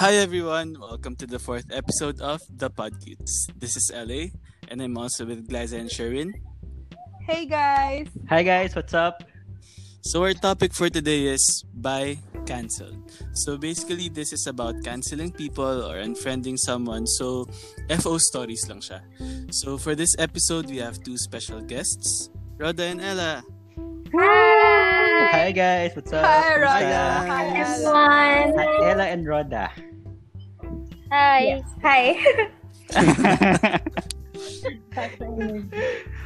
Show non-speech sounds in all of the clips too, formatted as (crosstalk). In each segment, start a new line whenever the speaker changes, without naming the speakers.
Hi everyone, welcome to the fourth episode of The Podcutes. This is LA, and I'm also with Glaza and Sherwin.
Hey guys!
Hi guys, what's up?
So our topic for today is buy cancelled. So basically this is about canceling people or unfriending someone. So FO stories lang siya. So for this episode we have two special guests, Roda and Ella.
Hi!
Hi guys, what's up?
Hi,
Kumusta?
Roda! Hi, Ella!
everyone.
Hi, Ella and Roda.
Hi. Hi.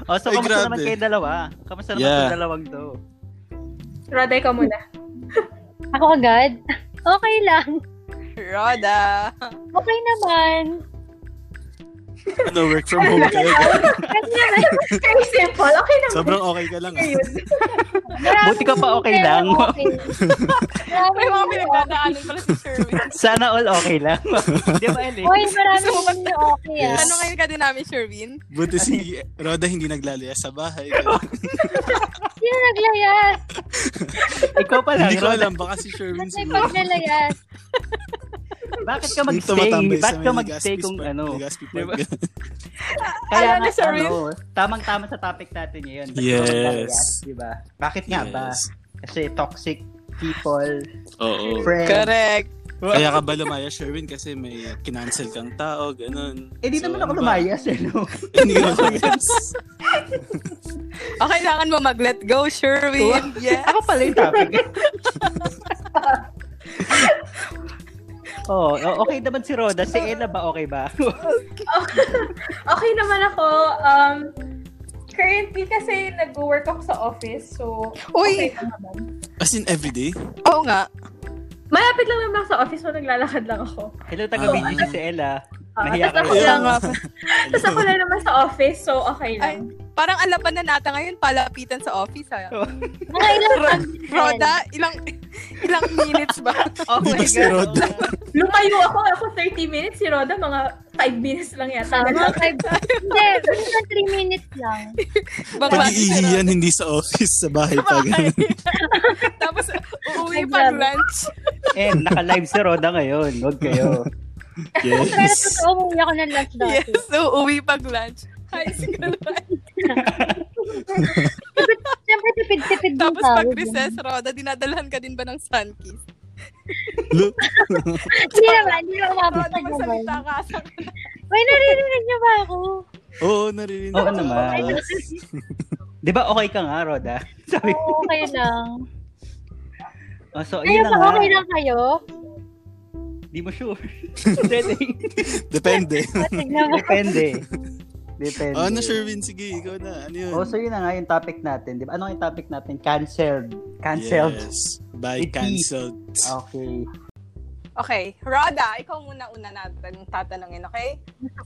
oh, so
Ay,
kamusta
grabe.
naman kayo dalawa? Kamusta naman
Yeah.
yeah. dalawang to?
Roday ka muna.
Ako agad? Okay lang.
Roda!
Okay naman.
Ano, work from home kayo.
(laughs)
Very simple. Okay naman.
Sobrang okay ka lang. ah.
Ayun.
Marami
Buti ka pa
yung
okay
pero
lang. (laughs)
Okay. Marami
May mga
yung
pinagdadaanan pala si Sherwin.
Sana all okay
(laughs)
lang. Di ba, Eli?
Uy, marami
Gusto mo ba-
yung okay ah.
Yes.
Ano ngayon ka din namin, Sherwin?
Buti si Roda hindi naglalayas sa bahay.
Sino naglayas?
Ikaw pa lang,
hindi ko
Roda.
alam, baka si Sherwin
Ba't may
siguro.
paglalayas?
Bakit ka
Yung
magstay?
tumatambay sa
Bakit ka
may
magstay
Legazpi's
kung
Park-
ano?
Legazpi
Di ba?
Park.
Kaya
Alam ni
nga,
Sir Will.
ano, tamang-tama sa topic natin ngayon. Bakit
Yes.
ka maglalayas, Di ba? diba? Bakit (laughs) nga ba?
Yes.
Kasi toxic people,
Oo.
friends.
Correct.
Kaya ka ba lumaya, Sherwin? Kasi may kinancel kang tao, ganun.
Eh, di
So,
naman ako
ano ba?
lumayas, eh, no?
Eh, (laughs) Hindi ka lumayas.
O, kailangan mo mag-let go, Sherwin. Yeah.
Ako pala yung topic. oh, o- okay naman si Roda. Si Ella ba okay ba?
Okay (laughs) naman ako. Um, currently kasi nag-work ako sa office. So,
Uy!
okay lang naman.
As in everyday?
Oo nga.
Malapit lang naman ako sa office so naglalakad lang (laughs) ako.
Hello, taga Binji si Ella.
Ah,
Nahiya ka
tas ako
rin.
Kaya
lang.
nga.
Tapos ako lang naman sa office, so okay
Ay,
lang.
parang alaban na nata ngayon, palapitan sa office, ha?
Mga ilang
Ro-
paglalayas.
Roda, ilang ilang minutes ba? Oh
Di
my
ba si
God.
Rod?
Lumayo ako, ako 30 minutes, si Roda mga 5 minutes lang yata.
Tama, five. Hindi, minsan three minutes lang.
Bakla si
Pag-iihi
Roda.
yan, hindi sa office, sa bahay pa.
Bakla.
Ganun.
Tapos, uuwi pag lunch.
Eh, naka-live si Roda ngayon. Huwag kayo.
Pero
Yes.
totoo, umuwi ako ng lunch dati.
Yes, uuwi pag lunch. Hi, single life.
Siyempre, tipid-tipid yung
Tapos
tawag
pag
yun.
recess, Roda, dinadalhan ka din ba ng sunkies?
Lu-
Hindi naman, hindi naman umabot
Roda,
sa gabay.
magsalita ka sa
Uy, naririnig niyo ba ako?
Oo, narinig
Oo
ko.
naman. Di ba okay ka nga, Roda? (laughs) Sabi ko.
Oo, okay lang.
Oh, so, yun
Ayun,
na nga.
okay lang kayo?
Di mo sure. Depende.
Depende.
Tignan mo.
Depende. Depende.
ano, Sherwin? Sige, ikaw na. Ano yun?
Oh, so yun na nga yung topic natin. Di ba? Ano yung topic natin? Cancelled. Cancelled.
Yes. By
With T.
cancelled.
Okay.
Okay, Roda, ikaw muna una natin tatanungin, okay?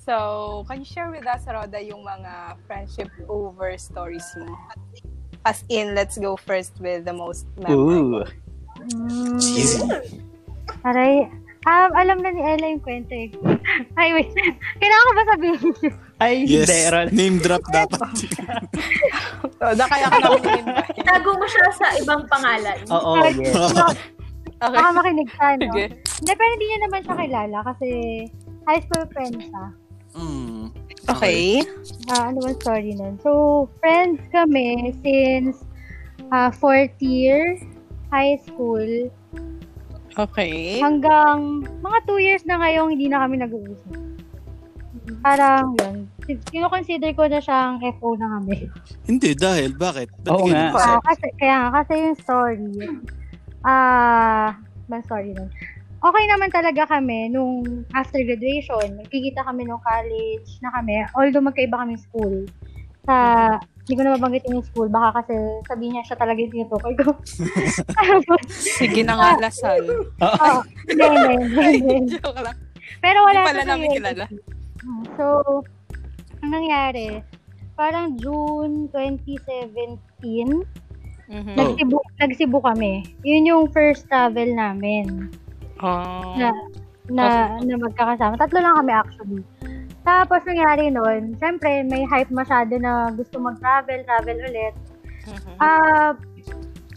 So, can you share with us, Roda, yung mga friendship over stories mo? As in, let's go first with the most memorable.
Ooh. Hmm.
Cheesy.
(laughs) Aray. Um, alam na ni Ella yung kwento eh. (laughs) Ay, wait. Kailangan ko ba sabihin? (laughs)
Ay,
Yes.
hindi, Roda.
Name drop
(laughs)
dapat.
Roda, kaya
(laughs)
ka namin ba?
Tago mo siya sa ibang pangalan.
Oo, yes.
Okay.
Baka makinig siya, no?
Sige.
Hindi, pero hindi niya naman siya kilala kasi high school friend siya.
mm.
Okay.
Ah, ano bang story nun? So, friends kami since ah, fourth year high school
Okay.
Um, hanggang mga two years na ngayong hindi na kami nag-uusap. Parang yun. Kino-consider ko na siyang FO na kami.
Hindi, dahil. Bakit? Ba't
Oo
di ka
nga.
nag-usap?
Ah, kasi, kaya nga, kasi yung story, ah, man story nun. Okay naman talaga kami nung after graduation. Nagkikita kami nung college na kami. Although magkaiba kami school. Sa, hindi ko na mabanggit yung school. Baka kasi sabihin niya siya talaga yung tinutukoy ko. (laughs) Tapos,
Sige na nga,
(laughs)
Lasal.
oh, hindi, hindi, hindi.
Joke lang.
Pero
Hindi
wala
pala
siya
namin
sa
kilala.
Mm, So, ang nangyari, parang June 2017,
Oh.
Mhm.
nagsibu, nagsibu kami. Yun yung first travel namin
Oh.
na, na, na magkakasama. Tatlo lang kami actually. Tapos nangyari nun, syempre may hype masyado na gusto mag-travel, travel ulit.
Mhm.
Ah,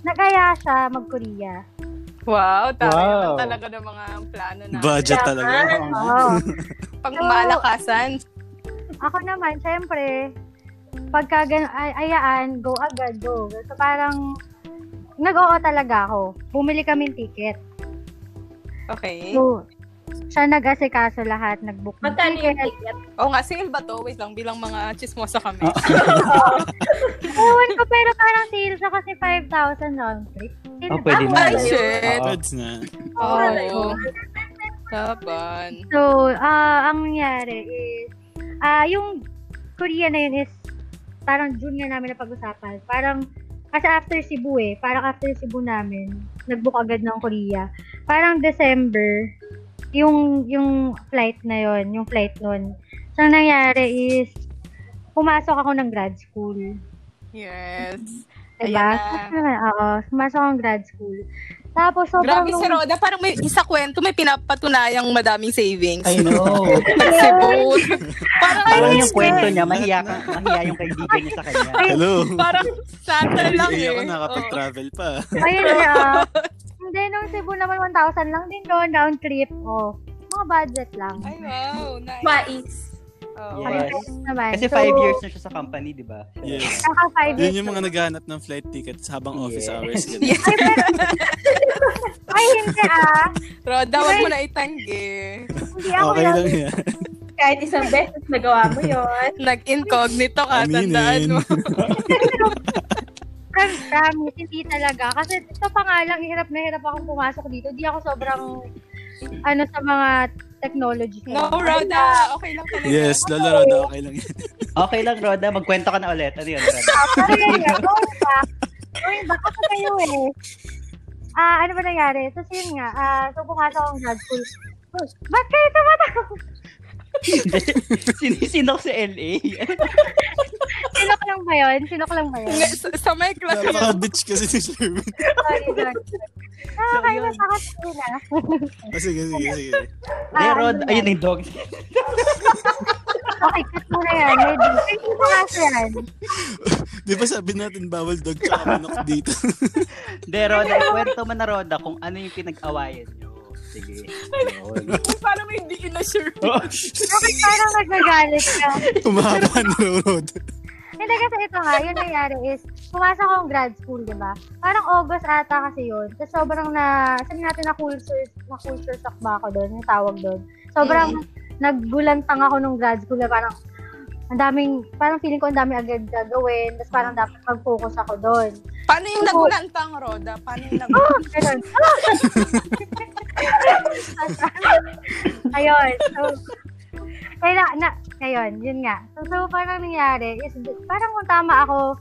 nagaya siya mag-Korea.
Wow, tayo
Wow.
naman talaga ng mga plano na.
Budget talaga.
Ah.
Dapat.
Oo.
Pang malakasan.
Ako naman, syempre, pagka gan- ay- ayaan, go agad, go. So parang, nag-oo talaga ako. Bumili kami ng ticket.
Okay.
So, siya nag-asikaso lahat, nag-book ng
Magkano yung
ticket.
ticket?
Oo nga, sale ba to? Wait lang, bilang mga chismosa kami.
Ewan ko, (laughs) pero parang sale siya kasi 5,000 round trip. Sale
Oh, pwede
Ah,
na.
Ay, shit.
Oo.
Pwede na.
Oo.
Oo.
Taban.
So, ah ang nangyari is, ah yung Korea na yun is, parang June nga namin na pag-usapan. Parang, kasi after Cebu eh, parang after Cebu namin, nag-book agad ng Korea. Parang December, yung, yung flight na yon yung flight nun. So, ang nangyari is, pumasok ako ng grad school.
Yes.
Diba?
Ayan
Oo, pumasok ako ng grad school. Tapos, sobrang...
Grabe si Roda, parang may isa kwento, may pinapatunayang madaming savings.
I (laughs) know.
Si Bo. parang,
Parang yung
yes,
kwento
eh.
niya, mahiya, ka, mahiya yung kaibigan niya sa kanya.
Hello.
(laughs) Parang satan lang
Ay,
eh.
ako nakapag-travel pa.
Ayun
(laughs)
na. Hindi, nung Cebu naman 1,000 lang din doon, round trip. Oh, mga budget lang.
Oo. Oh. Ay, wow. Nice. Oh.
Twice.
Oo.
Kami
Yes.
friends naman.
Kasi
So,
five years na siya sa company, di ba?
Yes.
Kaka five years.
Yun yung mga naghahanap ng flight tickets habang office
Yeah.
hours. ganun.
Yes.
Ay, hindi ah.
Roda, wag mo na itanggi.
Hindi ako
Okay
lang. (laughs)
lang yan.
Kahit (laughs) isang beses nagawa mo yun.
Nag-incognito ka, Ah, tandaan
Aminin.
mo.
Prom- Promise, hindi talaga. Kasi ito pa nga lang, hirap na hirap akong pumasok dito. Di ako sobrang, ano, sa mga technology.
No, Roda. Okay lang talaga.
Yes, Lola Roda, okay lang yan.
Okay lang, Roda. Magkwento ka na ulit. Ano yun,
(laughs)
Roda?
Sorry, going back. Going back ako kayo eh. Ah, ano ba nangyari? Tapos yun nga, ah, so pumasok akong grad school. Oh, Ba't kayo tumatakot?
Sinisinok si LA.
Sinok lang ba yun? Sinok lang ba yun?
Sa, sa may class yun.
Napaka-bitch kasi si Sherwin.
Sorry, sorry. Ah, kayo natakot ko na.
Ah, sige, sige, sige.
Hindi, Rod. Ayun, yung dog.
Okay, cut mo na yan. May dito pa kaso yan.
Di ba sabi natin bawal dog tsaka manok dito?
Hindi, Roda. Kwento mo na, Roda, kung ano yung pinag-awayan nyo. Sige. Yun.
Parang may hindi na sure.
Bakit parang nagagalit ka?
Umahaba na raw Roda.
Hindi kasi ito nga, yun nangyari is, pumasok akong grad school, di ba? Parang August ata kasi yun. Tapos sobrang na, sabi natin na culture, na culture shock ba ako doon, yung tawag doon. Sobrang naggulantang ako nung grad school na parang, ang daming, parang feeling ko ang daming agad gagawin. Tapos parang dapat mag-focus ako doon.
Paano yung nagulantang, Roda? Paano yung nag-
(laughs) Oh, ganun. Ah! ayun.
(laughs)
So, kaya na, ayun, yun nga. So, so parang nangyari is, parang kung tama ako,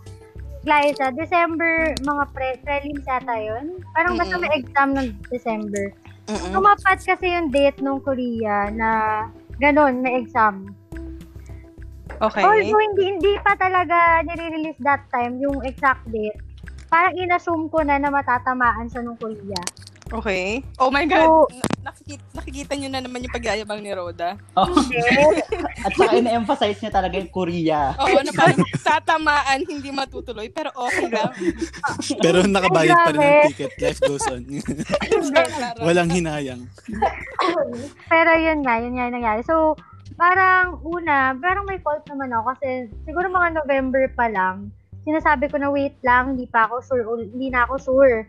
guys, ah, December, mga pre prelims ata yun. Parang basta may exam ng December. Mm. Tumapat kasi yung date nung Korea na ganun, may exam.
Okay.
Although hindi, hindi pa talaga nire-release that time yung exact date. Parang inassume ko na na matatamaan siya nung Korea.
Okay. Oh my God.
So-
Na- nakikita, nakikita nyo na naman yung pagyayabang ni Roda.
Oh,
Hindi.
at saka ina-emphasize niya talaga yung Korea.
Oo, na
(laughs)
parang tatamaan, hindi matutuloy, pero okay lang.
Pero nakabayad pa rin ng
Grabe.
ticket. Life goes on. (laughs)
Wala.
Walang hinayang.
Pero yun nga, yun nga yung nangyari. So, parang una, parang may fault naman ako kasi siguro mga November pa lang, sinasabi ko na wait lang, hindi pa ako sure, ul- hindi na ako sure.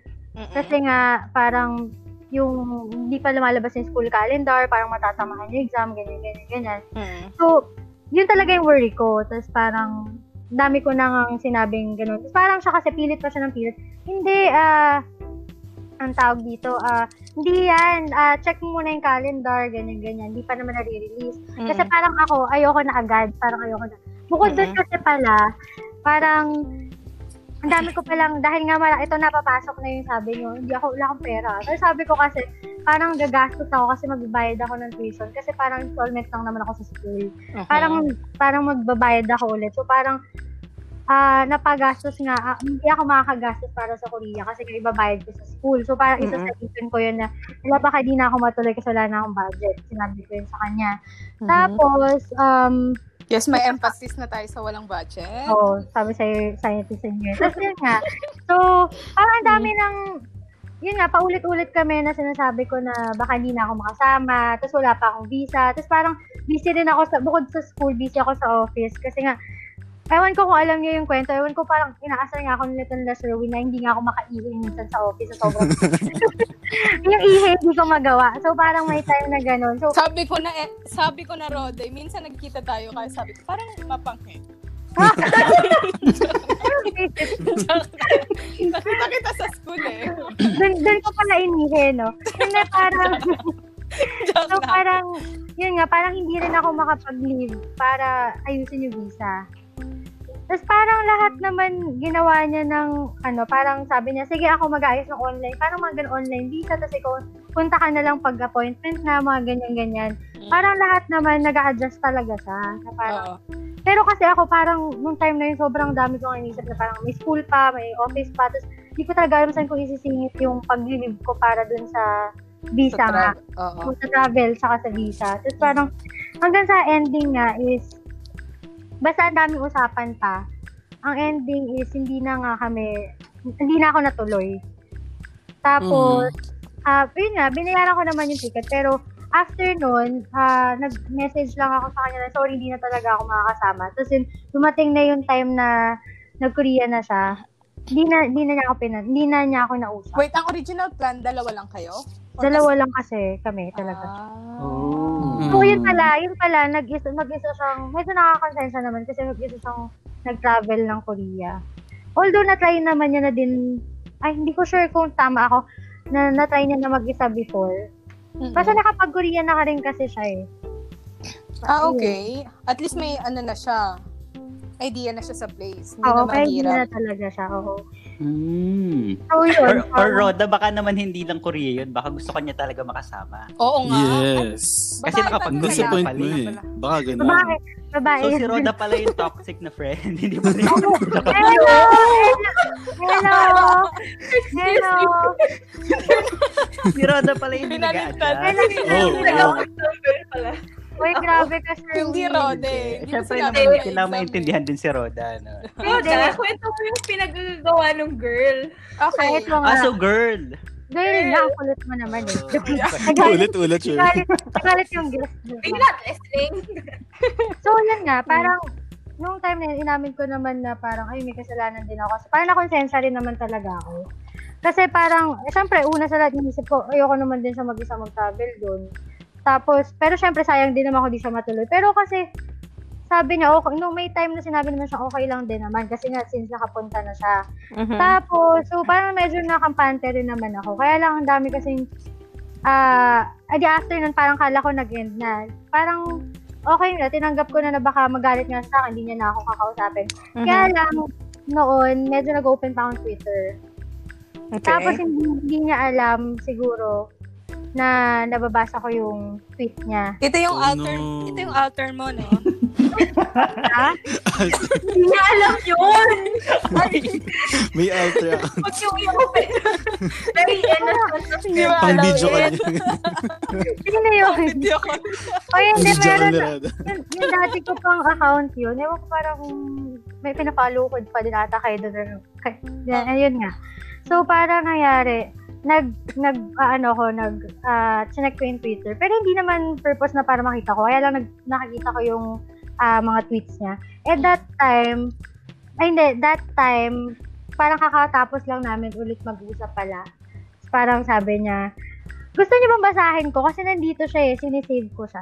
Kasi nga, parang yung hindi pa lumalabas yung school calendar, parang matatamahan yung exam, ganyan, ganyan, ganyan.
Hmm.
So, yun talaga yung worry ko. Tapos parang, dami ko nang sinabing ganun. Tapos parang siya kasi pilit pa siya ng pilit. Hindi, ah, ang tawag dito, ah, hindi yan, ah, check mo muna yung calendar, ganyan, ganyan. Hindi pa naman nare-release.
Hmm.
Kasi parang ako, ayoko na agad. Parang ayoko na. Bukod doon kasi pala, parang, ang dami ko palang, dahil nga mara, ito napapasok na yung sabi nyo, hindi ako, wala akong pera. Pero sabi ko kasi, parang gagastos ako kasi magbabayad ako ng tuition kasi parang installment lang naman ako sa school.
Hmm.
Parang parang magbabayad ako ulit. So parang ah napagastos nga, ah, hindi ako makakagastos para sa Korea kasi nga ibabayad ko sa school. So parang isa sa reason ko yun na wala baka di na ako matuloy kasi wala na akong budget. Sinabi ko yun sa kanya. Tapos, um,
Yes, may emphasis na tayo sa walang budget.
Oh. Oo, sabi sa'yo, scientist and engineer. Tapos yun nga. So, parang ang dami ng yun nga, paulit-ulit kami na sinasabi ko na baka hindi na ako makasama, tapos wala pa akong visa, tapos parang busy din ako, sa, bukod sa school, busy ako sa office, kasi nga, ewan ko kung alam niyo yung kwento, ewan ko parang inaasar nga ako nila ng last na hindi nga ako makaihi minsan sa office, sa sobrang, yung ihi, hindi ko magawa, so parang may time na ganun, so
Sabi ko na, eh, sabi ko na, Roday, minsan nagkita tayo kaya sabi ko, parang eh. mapanghe. Nakita kita sa school
(laughs)
eh.
dun, dun ko pala inihi, no? Hindi, parang,
Joke
so
lang.
parang, yun nga, parang hindi rin ako makapag-leave para ayusin yung visa. Tapos parang lahat naman ginawa niya ng, ano, parang sabi niya, sige ako mag-ayos ng online, parang mga ganun online visa, tapos ikaw, punta ka na lang pag-appointment na, mga ganyan-ganyan. Parang lahat naman nag adjust talaga siya. Na parang,
Mm. Oo.
pero kasi ako parang, nung time na yun, sobrang dami kong inisip na parang may school pa, may office pa, tapos hindi ko talaga alam saan ko isisingit yung pag-leave ko para dun sa visa
Sa
nga
tra- Oo.
kung sa travel, saka sa visa. Tapos parang, hanggang sa ending nga is, basta ang daming usapan pa, ang ending is, hindi na nga kami, hindi na ako natuloy. Tapos, ah yun nga, binayaran ko naman yung ticket, pero after nun, ah, nag-message lang ako sa kanya na, sorry, hindi na talaga ako makakasama. Tapos yun, dumating na yung time na nag-Korea na siya, hindi na, hindi na niya ako pinan, hindi na niya ako nausap.
Wait, ang original plan, dalawa lang kayo? Or
Dalawa lang kasi kami
mas-
talaga.
Ah.
Oh.
So, yun pala, yun pala, nag-isa, nag-isa siyang, medyo nakakonsensya naman kasi nag-isa siyang nag-travel ng Korea. Although, na-try naman niya na din, ay, hindi ko sure kung tama ako, na na-try niya na mag-isa before.
Mm-mm.
Basta nakapag-Korea na ka rin kasi siya eh.
Ah, okay. At least may ano na siya. Idea na siya sa place. Hindi
Oo,
na
kaya hindi
mahirap.
na talaga siya. Oo.
Mm.
So,
Or,
yun.
or
parang-
Roda, baka naman hindi lang Korea yun. Baka gusto kanya talaga makasama.
Oo nga.
Yes.
Babae
Kasi
pa
nakapag-
ganun
Doon sa
ah.
point
pala.
mo eh. Baka ganun.
Babae. Babae.
So si Roda pala yung toxic na friend. (laughs) hindi mo rin.
(laughs) Hello!
(laughs)
Hello! Hello!
si Roda pala yung
Binaligtad.
nag-a-adjust.
Hello! Hello!
Oh,
pala.
Uy, grabe ka, Sherwin.
Hindi Rode. Hindi mo
Siyempre
sinabi
naman,
na
hindi kailangan
exam eh.
maintindihan din si Roda. No?
Roda, kwento mo yung pinagagawa ng girl.
Okay.
Kahit mo nga.
Ah, so girl.
Girl, nga, kulit mo naman eh. Nagalit,
Ulit-ulit, sure.
nagalit, nagalit yung guest. mo.
Are you not listening?
So, yun nga, parang, nung time na yun, inamin ko naman na parang, ay, may kasalanan din ako. So, parang nakonsensya rin naman talaga ako. Kasi parang, eh, syempre, una sa lahat, inisip ko, ayoko naman din siya mag-isa mag-travel doon. Tapos, pero syempre, sayang din naman ako di siya matuloy. Pero kasi, sabi niya, okay, nung may time na sinabi naman siya, okay lang din naman. Kasi nga, since nakapunta na siya, tapos, so parang medyo nakampante rin naman ako. Kaya lang ang dami kasing, ah, uh, adi after nun, parang kala ko nag-end na. Parang, okay na, tinanggap ko na na baka magalit nga sa akin, hindi niya na ako kakausapin.
Mhm.
Kaya lang, noon, medyo nag-open pa akong Twitter. Tapos, hindi, hindi niya alam, siguro, na nababasa ko yung tweet niya.
ito yung
Oh,
alter,
no.
ito yung alter mo, no?
Ha?
Hindi niya alam yun.
May alter account.
Huwag yung i-open. Very innocent.
Hindi mo
Pang
alam
video ka
yun.
niya.
(laughs) Hindi na yun.
Video ko.
O hindi,
Video ka
meron,
ni Rada.
yung, yung dati ko pang account yun, ewan ko parang kung may pinapalukod pa din ata kayo doon. Kay, yan, ayun nga. So, parang nangyari, nag, nag, ah, ano ko, nag, ah, chinek ko yung Twitter. Pero hindi naman purpose na para makita ko. Kaya lang nag, nakikita ko yung ah, mga tweets niya. At that time, ay hindi, that time, parang kakatapos lang namin ulit mag-usap pala. Parang sabi niya, gusto niyo bang basahin ko? Kasi nandito siya eh, sinisave ko siya.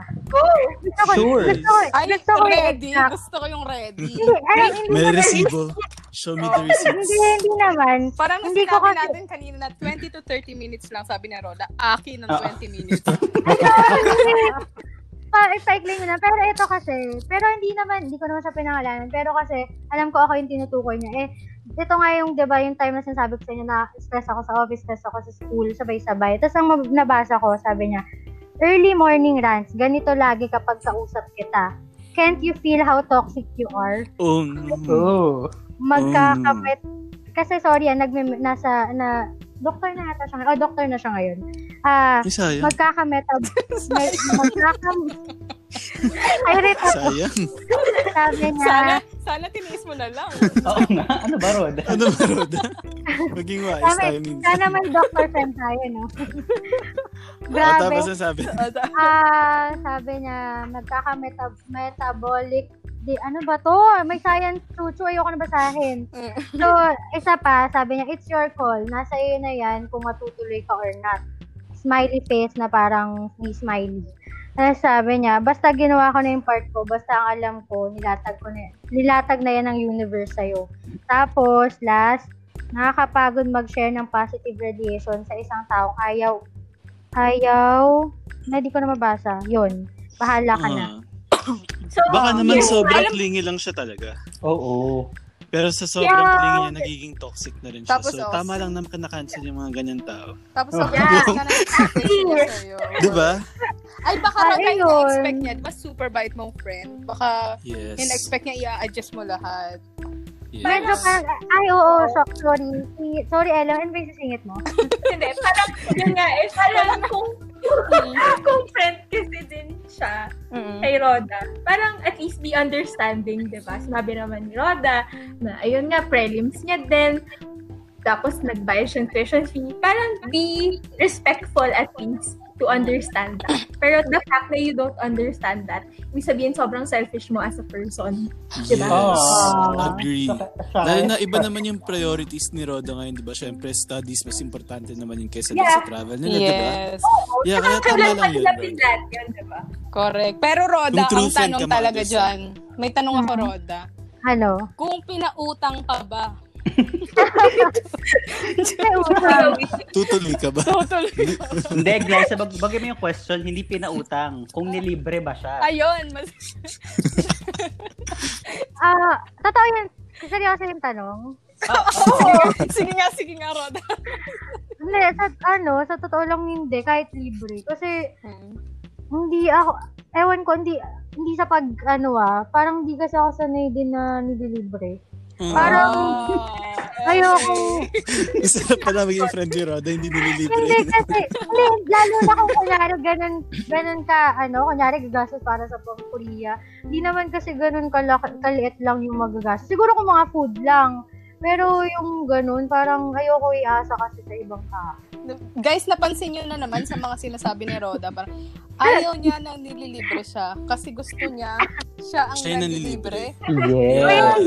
Gusto ko,
Sure.
gusto ko,
Oh! Ay,
gusto ko yung
ready.
exact.
Gusto ko yung ready.
Hindi, ay, hindi
May
naman.
resibo. Show me the
Hindi,
receipts.
hindi naman.
Parang
Hindi ko
sinabi
kasi-
natin kanina na 20 to 30 minutes lang sabi na Roda. Akin ng
Ah.
20
(laughs)
minutes.
(laughs) Pa, Ah, i-cycling mo na. Pero ito kasi, pero hindi naman, hindi ko naman siya pinangalanan. Pero kasi, alam ko ako yung tinutukoy niya. Eh, ito nga yung, di ba, yung time na sinasabi ko sa inyo na stress ako sa office, stress ako sa school, sabay-sabay. Tapos ang mab- nabasa ko, sabi niya, early morning rants, ganito lagi kapag kausap kita. Can't you feel how toxic you are?
Oh, no.
Oh.
magkakamit. Kasi sorry, ah, nagme- nasa, na, doktor na ata siya ngayon. Oh, doktor na siya ngayon. Ah,
Ay, sayang.
magkakametab. mag, magkakam... Ay, reto,
Sayang.
sabi niya.
Sana, Sana tiniis mo
(laughs)
na lang.
Oo nga, ano ba, Roda?
Ano ba, Roda? Maging wise
Sana,
tayo minsan.
sana may doctor friend tayo,
Oh,
no?
tapos
Grabe.
ang sabi,
Roda.
Ah, sabi niya, magkaka-metabolic di, ano ba to? May science chuchu, ayoko na basahin.
Mm.
So, isa pa, sabi niya, it's your call. Nasa iyo na yan kung matutuloy ka or not. Smiley face na parang may smiley. Tapos sabi niya, basta ginawa ko na yung part ko, basta ang alam ko, nilatag ko na, nilatag na yan ng universe sa'yo. Tapos, last, nakakapagod mag-share ng positive radiation sa isang taong ayaw, ayaw, na di ko na mabasa. Yun, bahala ka na.
ah,
So,
baka naman
Oh, yes,
sobrang
alam-
clingy lang siya talaga.
Oo.
Pero sa sobrang
Yeah.
clingy niya, nagiging toxic na rin siya.
Tapos,
so,
oh,
tama lang naman na-cancel yung mga ganyan tao.
Tapos
Oh.
sobrang yeah. ka na expectation niya sa'yo.
Diba?
Ay, baka
Ay,
Roda
yun.
yung expect niya. Diba super bait mong friend? Baka
Yes.
in-expect niya i-adjust mo lahat.
yes.
Medyo parang, ay oo, shock, sorry. Si- Sorry, Ella, ano ba yung sisingit mo?
Hindi, parang, yun nga, eh, parang kung, kung friend kasi din siya kay Roda, parang at least be understanding, di ba? Sinabi naman ni Roda na, ayun nga, prelims niya din, tapos nag-buy siya ng tuition fee. Parang be respectful at least to understand that. Pero the fact that you don't understand that, ibig sabihin sobrang selfish mo as a person.
Yes.
Diba?
Ah.
Agree.
Sa-
Dahil na iba naman yung priorities ni Roda ngayon, di ba? Siyempre, studies, mas importante naman yung kesa dun
Yeah.
sa travel nila, di ba?
Yes.
Yeah, kaya tama
Kailan pa
lang yun.
sila
Roda.
pinlan yun, di ba?
Correct. Pero Roda,
Yung true
ang
friend
tanong
ka, mga
talaga
guys.
dyan. May tanong
Mm-hmm.
ako, Roda.
Ano?
Kung pinautang ka ba? (laughs)
May utang.
Tutuloy ka ba?
Tutuloy.
Mm-hmm.
Hindi, guys, bag- bagay mo yung question, hindi pinautang. Kung nilibre ba siya?
Ayun. Mas...
(laughs) Ah, totoo yun. Seryoso yung tanong.
sige nga, sige nga, Roda.
Hindi, sa, ano, sa totoo lang hindi, kahit libre. Kasi, hindi ako, ewan ko, hindi, hindi sa pag, ano ah, parang hindi kasi ako sanay din na nililibre.
Mm.
Parang, (laughs)
Ah,
ayoko.
Isa pala maging friend ni Roda, hindi
Hindi
nililibre.
kasi, hindi, lalo na kung kunyari ganun, ganun ka, ano, kunyari gagastos para sa pang Korea. Hindi naman kasi ganun kala, kaliit lang yung magagastos. Siguro kung mga food lang. Pero yung ganun, parang ayoko iasa kasi sa ibang tao.
Guys, napansin nyo na naman sa mga sinasabi ni Roda, parang ayaw niya na nililibre siya kasi gusto niya siya ang
Siya yung
nililibre.
Yeah.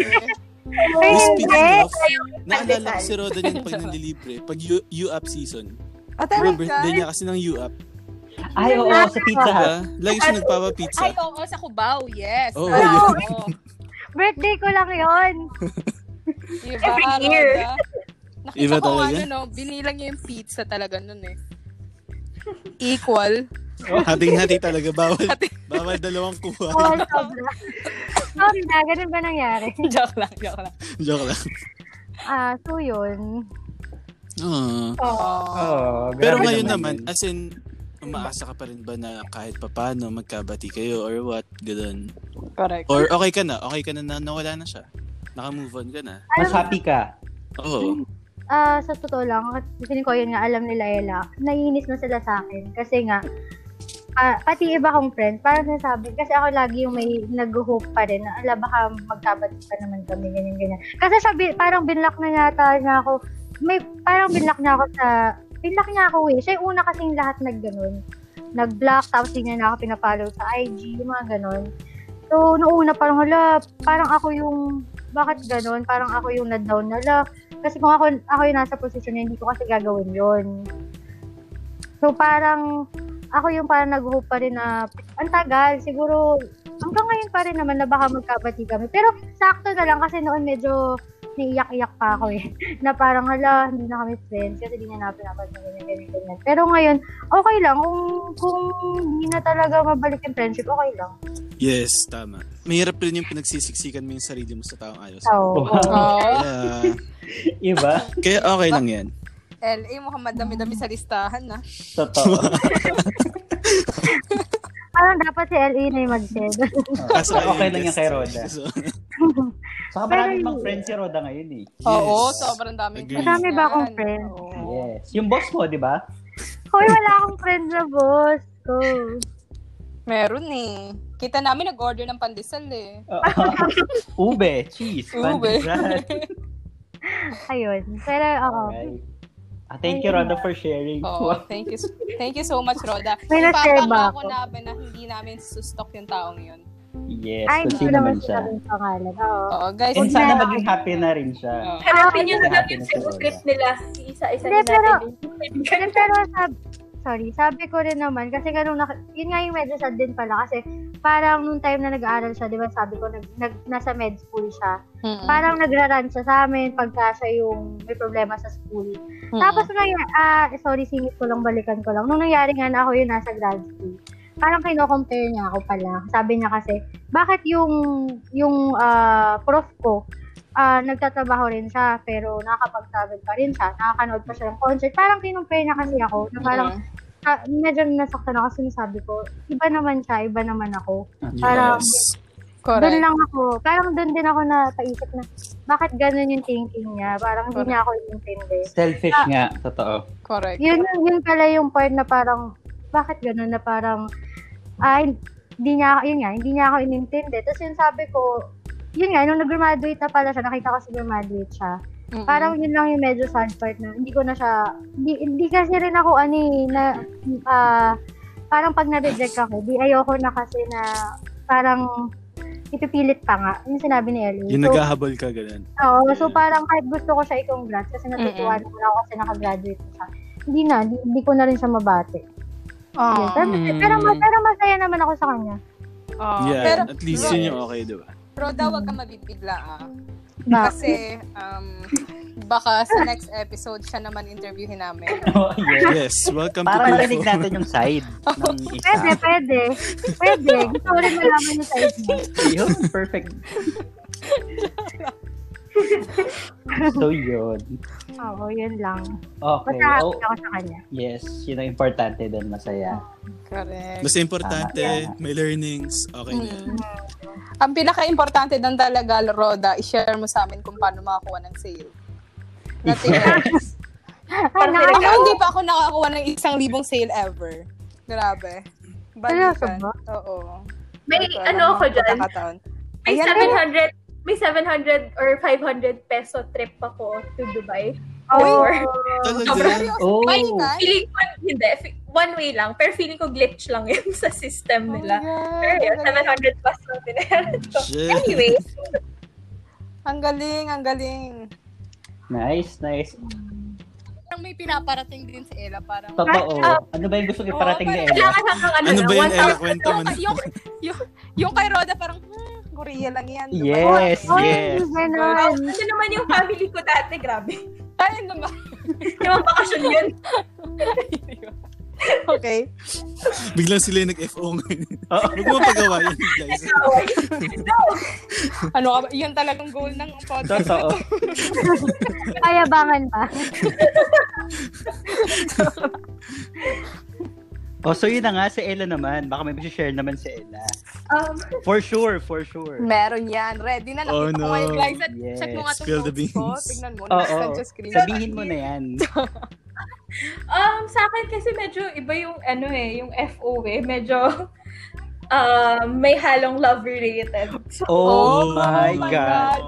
Oh, speaking
Hindi.
of, naalala ko si Roda niyan pag nanlilibre, pag U- U-Up season.
At
Remember, birthday niya kasi ng U-Up,
Ay, oo, sa Pizza
di
Hut.
ba? Lagi siya
Ay,
nagpapa-pizza.
oo, oh, sa Cubao, yes.
Oo,
Ah,
yun.
oo.
Birthday ko lang yon.
(laughs) Diba,
Every
Roda?
year.
Nakita
Iba
ko nga
talaga.
nun, no, binilang niya yung pizza talaga nun eh. Equal.
Hating-hati talaga, bawal. Bawal dalawang kuha.
All sobra. Sorry na, ganun ba nangyari?
joke lang, joke lang.
Joke lang.
Ah, so yun.
Ah.
Oh.
Oo,
Pero
grabe
ngayon naman, as in, umaasa ka pa rin ba na kahit papano magkabati kayo or what, ganun?
Correct.
Or okay ka na, okay ka na na nawala na siya. Naka-move on ka na.
Mas happy ka.
Oo.
Ah, sa totoo lang, feeling ko yun nga, alam nila Ella, naiinis na sila sa akin. Kasi nga, ah, pati iba kong friends, parang nasabi, kasi ako lagi yung may nag-hope pa rin, na ala baka magkabati pa naman kami, ganyan, ganyan. Kasi siya, bi- parang binlock na yata niya ako, may, parang binlock niya ako sa, binlock niya ako eh. Siya yung una kasing lahat nagganon. Nag-block, tapos hindi niya na ako pinapollow sa IG, yung mga ganon. So, noong una, parang, hala, parang ako yung, bakit ganon? Parang ako yung na-down, hala, kasi kung ako, ako yung nasa posisyon niya, hindi ko kasi gagawin yon So, parang, ako yung parang nag-hope pa rin na, ang tagal, siguro, hanggang ngayon pa rin naman na baka magkabati kami. Pero, sakto na lang, kasi noon medyo naiyak-iyak pa ako eh. (laughs) na parang, hala, hindi na kami friends, kasi hindi na natin dapat na ganyan, ganyan, ganyan. Pero ngayon, okay lang, kung, kung hindi na talaga mabalik yung friendship, okay lang.
Yes, tama. Mahirap rin yung pinagsisiksikan mo yung sarili mo sa taong ayos.
Oh.
So,
Kaya,
Iba?
kaya (laughs) okay lang yan.
LA, mukhang madami-dami sa listahan, ah. ha?
Totoo.
parang dapat si LA na yung mag-send. (laughs)
Kaso
okay lang
guest.
yan kay Roda.
So,
Saka
Pero
marami
yun.
pang friends si Roda ngayon eh.
yes.
Oo, sobrang daming
Agree.
Marami ba akong
yan?
friends?
Oo.
Yes. Yung boss mo, di ba?
Hoy, wala akong friend na boss ko.
Meron eh. Kita namin nag-order ng pandesal eh.
Oo. (laughs) Ube, cheese,
Ube. (laughs)
pandesal.
Ayun. Pero, oo.
Alright. Ah, thank you, Roda, for sharing.
Oo, thank you. Thank you so much, Roda.
May na-share
Ipapangako
ba ako?
namin na hindi namin sustok yung taong yun.
Yes,
Ay, hindi
kasi
ko naman
naman siya.
sinabing pangalan. Oo.
Oo, guys.
And
Huwag
sana
na.
maging happy na rin siya.
Oo.
Hanapin niyo
Ah,
na lang
hanapin
yung
natin, Roda.
script nila. Isa-isa
Hindi,
na
pero-
natin.
Pero, pero sab- sorry, sabi ko rin naman, kasi ganun, na, yun nga yung medyo sad din pala, kasi parang nung time na nag-aaral siya, di ba sabi ko, nag, nag, nasa med school siya,
Mm-mm.
parang nagra-run siya sa amin pagka siya yung may problema sa school.
Mm-mm.
Tapos ngayon, ah, sorry, singit ko lang, balikan ko lang. Nung nangyari nga na ako yun nasa grad school, parang kino-compare niya ako pala. Sabi niya kasi, bakit yung, yung ah, prof ko, ah, nagtatrabaho rin siya, pero nakakapag-travel pa rin siya, nakakanood pa siya ng concert. Parang kinompare niya kasi ako, na parang
Mm-mm.
ah, medyo nasaktan ako, sinasabi ko, iba naman siya, iba naman ako. Parang-
Yes.
Doon
Correct.
lang ako, parang doon din ako napaisip na, bakit ganun yung thinking niya? Parang hindi niya ako inintindi.
Selfish nga, totoo. (laughs)
Correct.
Yun, yun pala yung part na parang, bakit ganun na parang, ay, hindi niya ako, yun nga, hindi niya ako inintindi. Tapos yun sabi ko, yun nga, nung nag-graduate na pala siya, nakita ko si graduate siya.
Mm-mm.
Parang yun lang yung medyo sad part na hindi ko na siya, hindi, hindi kasi rin ako ano eh, na, ah, parang pag na-reject ako, di ayoko na kasi na parang ipipilit pa nga. Yung sinabi ni Ellie.
Yung
So,
naghahabol ka, ganun.
Oo, so
Mm.
parang kahit gusto ko siya i-congrats kasi natutuwa
Mm-mm.
naman ako kasi nakagraduate na siya. Hindi na, hindi, hindi ko na rin siya mabati.
Aw.
Oh.
Yun. Pero,
Mm.
pero, ma- pero masaya naman ako sa kanya.
Aw.
Yeah,
Ah. Oh, Pero,
at least yun yung okay, di ba?
Roda, huwag kang mabibigla ah.
Ba-
Kasi, um, baka sa next episode siya naman interviewin namin.
Oh, yes.
Yes, welcome
Para
to
marinig
Kung Fu.
natin yung
(laughs)
side ng
Pwede,
isa.
pwede.
(laughs)
Pwede. Gusto ko rin malaman yung side niya.
Yun, perfect.
(laughs)
so, yun.
Oo, yun lang.
Okay.
Basta happy
Oh,
ako sa kanya.
yes, yun ang importante doon, masaya.
Correct.
Mas importante,
Tama.
may learnings, okay na.
Mm. Ang pinaka-importante doon talaga, Roda, i-share mo sa amin kung paano makakuha ng sale. Natin.
Ay,
Ako,
nakaka-
oh,
hindi pa ako nakakuha ng isang libong sale ever. Grabe.
Seryoso
Balikan.
ba?
Oo.
May
Ito lang,
ano ako
mga
dyan.
pagkakataon.
May
Ayan,
700 may 700 or 500 peso trip ako to Dubai.
Oo.
Talaga.
Oh,
May ka?
Feeling ko, hindi. Fe- One way lang. Pero feeling ko glitch lang (laughs) yun sa
Oh
system nila. Pero yun, 700 plus (laughs) lang binayaran ko.
Shit.
Anyway,
Ang galing, ang galing.
nice, nice.
Parang may pinaparating din si Ella. Parang,
Totoo. Ano ba yung gusto
Oo,
iparating
parang
ni Ella?
kailangan lang ng
Ano
ano, lang,
ba yun,
one
Ella?
thousand-
Kwento mo na.
yung, yung, yung kay Roda, parang, hmm, Korea lang yan.
Yes,
Oy,
yes.
ganun.
Ano naman yung family ko dati, grabe. (laughs)
Ay, ano ba?
Yung mga bakasyon yun.
(laughs) okay.
Biglang sila yung nag-FO ngayon.
Oo.
Huwag mo pagawa yun, guys.
Ano ka ba? Yun talagang goal ng podcast.
Totoo.
Payabangan pa.
(laughs) Oh, so yun na nga, si Ella naman. Baka may share naman si Ella.
Um,
For sure, for sure.
Meron yan. Ready na. Nakita
Oh,
ko
no.
ngayon. Like, sa,
Yes.
check mo nga itong
Spill the
notes ko.
beans.
Tignan mo.
Oo.
Nasa just screen.
Sabihin mo na
(laughs)
yan.
um, sa akin kasi medyo iba yung ano eh, yung FO eh. Medyo (laughs) um, may halong love related. So,
Oh, my God.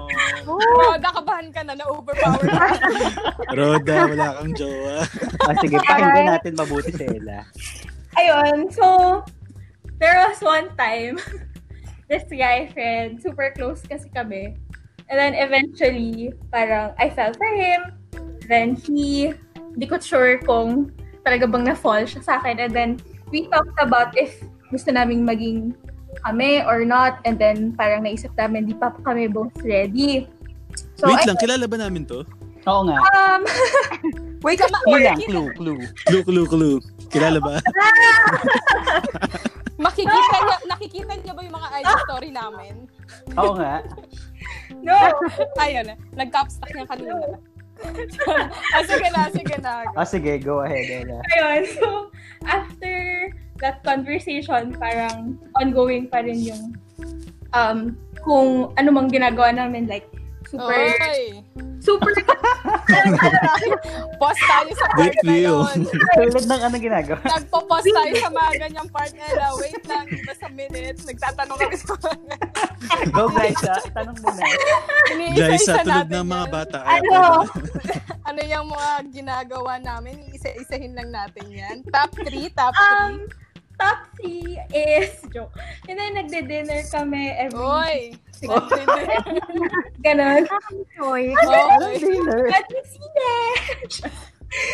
Roda, kabahan ka na. Na-overpower ka.
Roda, wala kang jowa.
Ah, sige, pakinggan natin mabuti si Ella.
ayun. So, there was one time, (laughs) this guy friend, super close kasi kami. And then eventually, parang I fell for him. Then he, di ko sure kung talaga bang na-fall siya sa akin. And then we talked about if gusto naming maging kami or not. And then parang naisip namin, di pa kami both ready. So,
Wait
I-
lang, kilala ba namin to?
Oo nga.
Um, (laughs)
Wait, kama.
Yun lang, clue, clue.
Clue, clue, clue. Kilala ba?
Makikita niya, nakikita niya ba yung mga IG story namin?
Oo nga.
no.
(laughs) Ayun, nag-capstack niya kanina. ah, sige na, sige na.
Ah, sige, go ahead, Ella.
Ayun. (laughs) So, after that conversation, parang ongoing pa rin yung um, kung ano mang ginagawa namin. Like, Super,
Okay.
super,
Pause tayo sa part
Thank
na
you. (laughs)
yun.
Tulad ng ano ginagawa. (laughs)
Nagpo-pause tayo sa mga ganyang part na yun. Ah, Wait lang, iba sa minute. Nagtatanong kami sa mga.
Go guys, ah. Itanong mo na.
Guys,
Iniisa-isa
sa tulog
natin
ng mga
yan.
bata.
Ano?
Ano yung mga ginagawa namin? Iisa-isahin lang natin yan. Top 3, top 3.
um, top 3 is, joke, yun ay nagde-dinner kami every
Oy!
Ganon.
Oy.
Okay.
At eh. yung sine.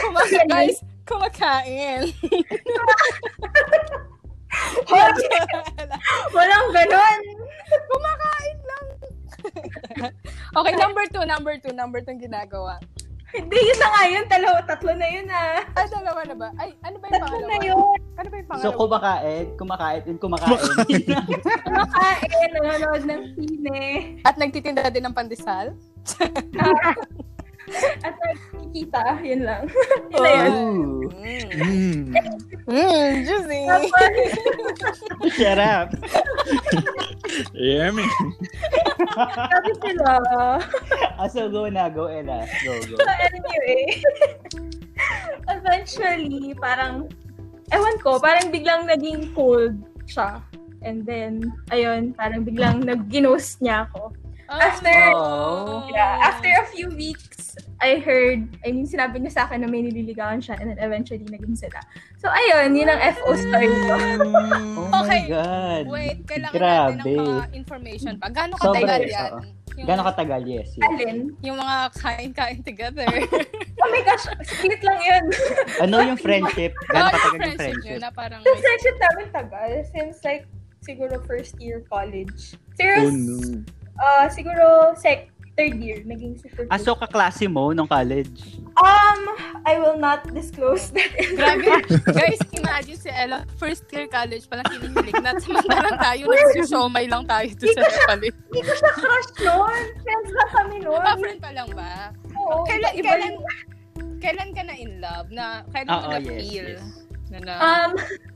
Kumakain, guys. Kumakain.
Walang ganon.
Kumakain lang. okay, number two, number two, number two ang ginagawa.
Hindi, yun na nga yun. Dalawa, tatlo na yun ah.
Ay, dalawa na ba? Ay, ano ba yung
Tatlo
pangalawa?
na yun.
Ano ba yung pangalawa?
So, kumakain, kumakain, and kumakain.
Kumakain, nanonood ng sine.
At nagtitinda din ng pandesal?
At nagkikita, yun lang. yun na yun.
(laughs) Ooh,
Mm.
Mm.
Mm, juicy.
Tapos,
shut up.
Yummy.
sabi sila.
Ah, so, go na, go Ella. Go, go.
So anyway, (laughs) eventually, parang, ewan ko, parang biglang naging cold siya. And then, ayun, parang biglang nag-ginost niya ako. After,
Oh.
yeah, after a few weeks, I heard, I mean, sinabi niya sa akin na may nililigawan siya and then eventually naging sila. So, ayun, yun ang FO story ko.
Mm.
Oh
Okay.
my God.
Wait, kailangan natin
Grabe.
ng mga information pa. Gano'ng
Sobra
katagal
eh,
yan?
oo.
Yung,
Gano'ng katagal? Yes, yes.
Alin?
yung mga kain-kain together.
Oh my gosh, split lang yun.
Ano yung (laughs) friendship? Gano'ng
Oh,
katagal yung
nyo
Ano friendship?
na parang
Yung
may...
friendship namin tagal since like, siguro first year college. Serious,
Oh no.
Ah, siguro sec third year naging super
Ah, so, kaklase mo nung college?
um I will not disclose that
(laughs)
Grabe. Guys, imagine si Ella, first year college pa lang kinikilig na. Samantalang tayo, nagsusomay lang tayo doon sa palit.
hindi ko siya crush noon friends lang kami noon
Pa-friend pa lang ba? Ah,
Oo,
Kailan,
iba-iba
kailan,
Oh, yung-
kailan ka na in love? Na, kailan
Oo,
ka na
Ah, oh, yes,
feel?
yes.
Na na,
um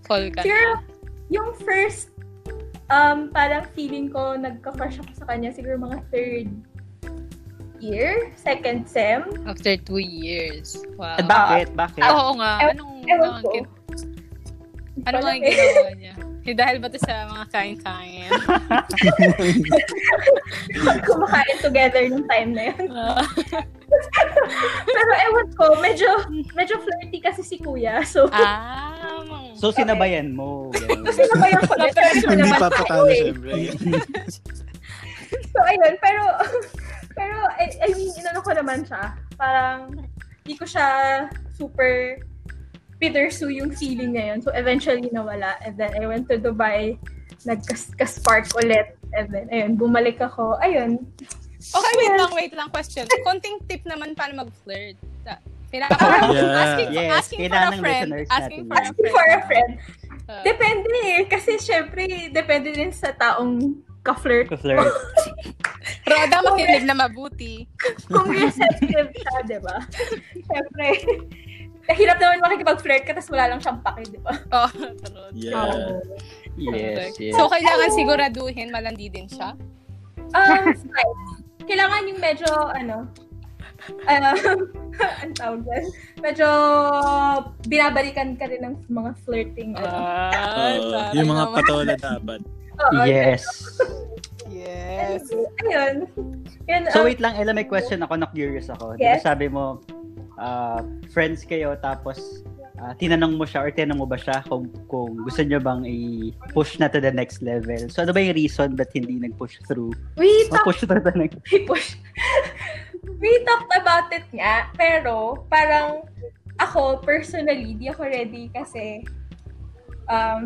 fall ka
sure
na.
yung first um parang feeling ko nagka-crush ako sa kanya siguro mga third year second sem
After two years. Wow.
At bakit? Bakit?
Ah, Oo nga.
Ewan-
Anong,
ewan
anong,
ko
ano nga yung
Wala eh.
ginawa niya? Eh, dahil ba to sa mga
(laughs)
kain-kain?
kumakain together nung time na
(laughs)
yun
Ah,
pero ewan ko medyo medyo flirty kasi si kuya so
ah, mga...
So, sinabayan mo. (laughs) ganun.
(laughs)
sinabayan ko din pero
Hindi
sinabayan
pa
ko
patalo,
eh.
syempre.
So, ayun, pero, (laughs) pero, I, I mean, inano ko naman siya. Parang, di ko siya super bittersweet yung feeling niya yun. So, eventually, nawala. And then, I went to Dubai. Nagkas-spark ulit. And then, ayun, bumalik ako. Ayun.
Okay, wait lang, wait lang. Question. Konting tip naman paano mag-flirt. Ta- Kailangan
(laughs)
Yeah.
asking,
Yes,
asking for a
kailangan ng
friend.
listeners
Asking
natin
for a
yan.
Asking for
friend.
a friend.
Ah.
Depende eh. Kasi, syempre, depende din sa taong
(laughs)
ka-flirt.
Ka-flirt.
Roda, makinig na mabuti.
Kung receptive siya, di ba? Syempre. (laughs) Hirap naman makikipag-flirt ka tapos wala lang siyang pake, di ba?
Oh, (laughs) tarot.
Yeah.
Yes, yes.
So, kailangan siguraduhin, malandi din siya.
Um, spice. Kailangan yung medyo, ano, um, (laughs) ang tawag yan? Medyo binabalikan ka rin ng mga flirting. ano.
Oo, Oh, yung mga patola dapat.
Ah,
Oo,
Yes.
Yes.
Ayun. Yun,
So,
um,
wait lang, Ella, may question ako. Na-curious ako. Di ba
Yes.
sabi mo, ah, friends kayo, tapos ah, tinanong mo siya or tinanong mo ba siya kung, kung gusto niyo bang i-push na to the next level. So, ano ba yung reason ba't hindi nag-push through?
we
Oh,
talked,
push through the next
we push. we talked about it nga, pero parang ako, personally, di ako ready kasi, um,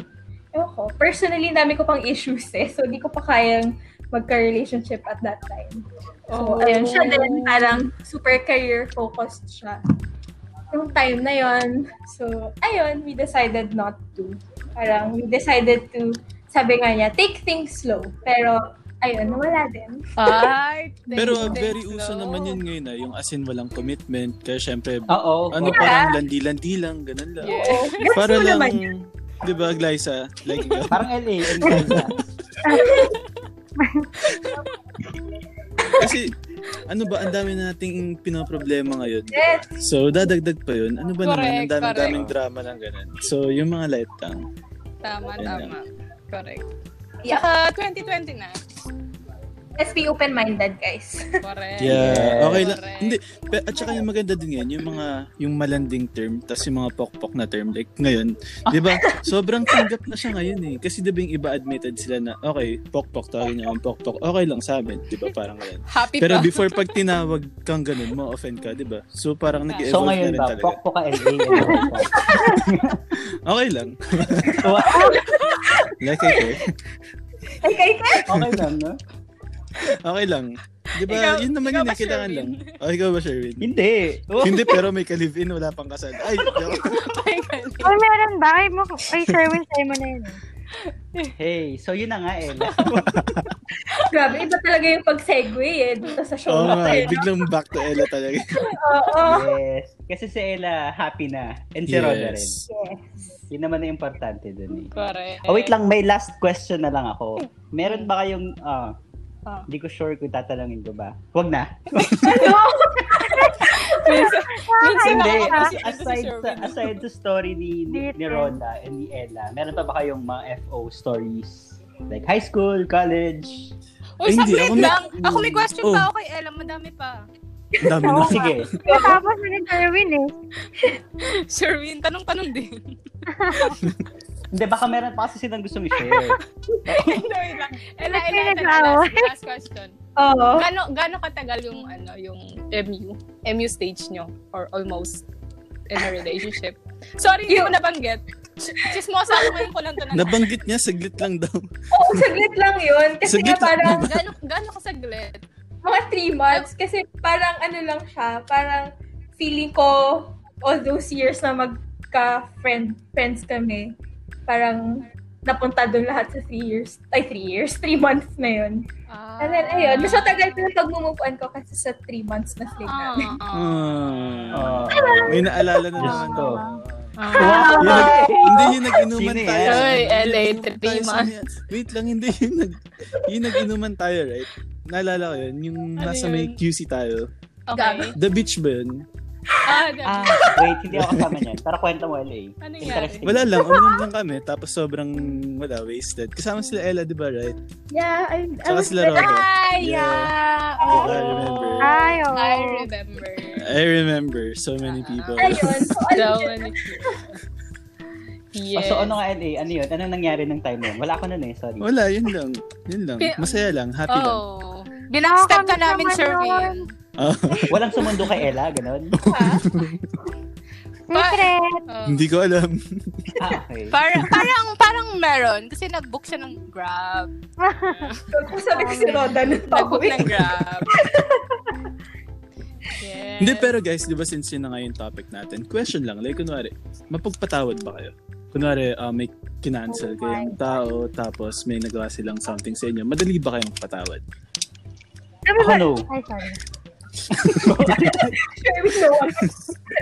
ewan ko, personally, dami ko pang issues eh. So, di ko pa kayang magka-relationship at that time. So, ayun siya din. Parang super career-focused siya. Yung time na yon So, ayun, we decided not to. Parang, we decided to, sabi nga niya, take things slow. Pero, ayun, wala din.
Ay, thank
Pero
you,
very
thanks,
uso
no.
naman yun ngayon ah, yung as in walang commitment. Kaya syempre,
(laughs) Ah, Oo.
ano
oo.
parang landi-landi lang, ganun lang.
Yeah.
Oo. Gusto
Para lang,
naman yun.
di ba, Glyza? Like,
(laughs)
Parang LA. and Ganda.
kasi Ano ba, ang dami nating pinaproblema ngayon. di ba?
Yes.
So, dadagdag pa yun. Ano ba naman, ang
Correct,
dami,
correct.
daming drama lang ganun. So, yung mga light lang. Yun
Tama, tama. Correct.
Yeah.
Tsaka 2020 na.
Let's be open-minded, guys. (laughs)
Correct.
Yeah,
Yes.
okay lang.
Correct.
Hindi, pe- at saka yung maganda din yan, yung mga, yung malanding term, tas yung mga pokpok na term, like ngayon, di ba, sobrang tanggap na siya ngayon eh. Kasi di ba yung iba admitted sila na, okay, pokpok, tawagin niya akong pokpok, okay lang sa amin, di ba, parang ganun.
Happy
Pero
pa.
before pag tinawag kang ganun, ma-offend ka, di ba? So parang nag-evolve
So
na
ngayon
rin
ba,
talaga.
pokpok ka LA. ano (laughs) ba?
Okay lang.
Wow,
(laughs) Like, okay.
Ay, kay Ken?
okay lang, no?
Okay lang. Di ba,
Ikaw-
yun naman
ikaw
yun,
ba,
eh, kailangan
Sherwin?
lang. Oh, ikaw ba,
(laughs)
Sherwin?
Hindi. Oh,
Hindi, pero may kalivin, wala pang kasal. Ay, joke.
Ay, galing.
Ay, meron ba? Ay, mo, ay Sherwin, sa'yo mo na yun.
Hey, so yun na nga eh.
Grabe, iba talaga yung pag-segue eh. Dito sa show
Oo
na
nga,
to eh.
biglang back to Ella talaga.
Oo.
Yes. Kasi si Ella, happy na. And (laughs) si Roda rin. Yun naman ang importante dun eh.
(laughs) Correct.
Oh, wait lang. May last question na lang ako. Meron ba kayong... ah,
Ah.
Hindi ko sure kung tatanungin ko ba. Huwag na.
Minsan,
Ah,
minsan
Hindi.
nakakapasok dito si
Aside sa,
Sherwin.
aside sa story ni, ni, ni Rhonda and ni Ella, meron pa ba kayong mga FO stories? Like high school, college?
Uy,
Ay, hindi,
saglit
ako may-
lang. Ako may question
Oh.
pa ako kay Ella. Madami pa. (laughs)
Ang dami
Oh
na.
Sige.
Tapos na ni Sherwin eh.
Sherwin, tanong-tanong din.
Hindi, baka meron pa kasi silang gustong i-share.
Hindi, wait lang. Ella,
Ba't
Ella, ito na
pinag-aaway?
last, last question.
Oo.
Gano, gano katagal yung, ano, yung MU? MU stage nyo? Or almost in a relationship? Sorry, hindi ko nabanggit. Ch- Chismosa ako ngayon ko lang to
(laughs)
na.
Nabanggit niya, saglit lang daw.
Oo, saglit lang yun. Kasi
Saglit
nga
Ah,
parang
Gano, gano kasaglit?
(laughs) mga three months. Kasi parang ano lang siya. Parang feeling ko all those years na magka-friend friends kami. Parang napunta doon lahat sa three years. Ay, three years. Three months na yun.
Ah.
And then, ayun. Mas matagal ko yung pag-move on ko kasi sa three months na
Ah,
fling
Mm.
namin.
ah,
Ah,
Oh,
(laughs) may naalala na
Diyos
naman.
ko.
ah.
Yun, nag- hindi yung nag-inuman
Sino
tayo.
yan?
Hindi,
Ay, LA,
nag-inuman tayo
three
sa
months.
niya. Wait lang, hindi yung, nag, yung nag-inuman tayo, right? Naalala ko yun, yung
Ano
nasa may
yun?
QC tayo.
Okay.
The beach ba yun?
Ah, the-
Ah, wait, hindi ako kasama niyan. Para kwento mo, LA.
Ano nangyari?
Ah, Interesting.
Wala lang, uminom lang kami, tapos sobrang, wala, wasted. Kasama sila Ella, di ba, right?
Yeah, I, I
Tsaka
was
sila Diba? Roda.
Ah, yeah.
Diba?
Oh.
I remember.
Ay, oo.
I remember.
I remember so many people.
Ayun. So,
Daw,
ano,
ano
Oh,
Yes.
so ano nga LA, ano yun? Anong nangyari ng time na yun? Wala ko nun eh, sorry.
Wala, yun lang. Yun lang.
Pi-
Masaya lang, happy lang.
Oh. Binackstab ka namin, Sherwin.
Ah,
Walang sumundo kay Ella,
(laughs)
ganun?
ha?
Secret.
Oh.
hindi ko
(laughs)
alam.
Ah, okay.
Para, parang, parang meron. Kasi nag-book siya ng Grab.
Sabi ko si Roda nun pa
Nag-book ng Grab. (laughs) Yes.
Hindi, pero guys, di ba since yun na nga yung topic natin, question lang, like kunwari, mapagpatawad ba kayo? Kunwari, ah, may
Oh
kinancel kayong tao, tapos may nagawa silang something sa inyo, madali ba kayong patawad?
Sabi
Ako
ba?
no.
Ay, sorry.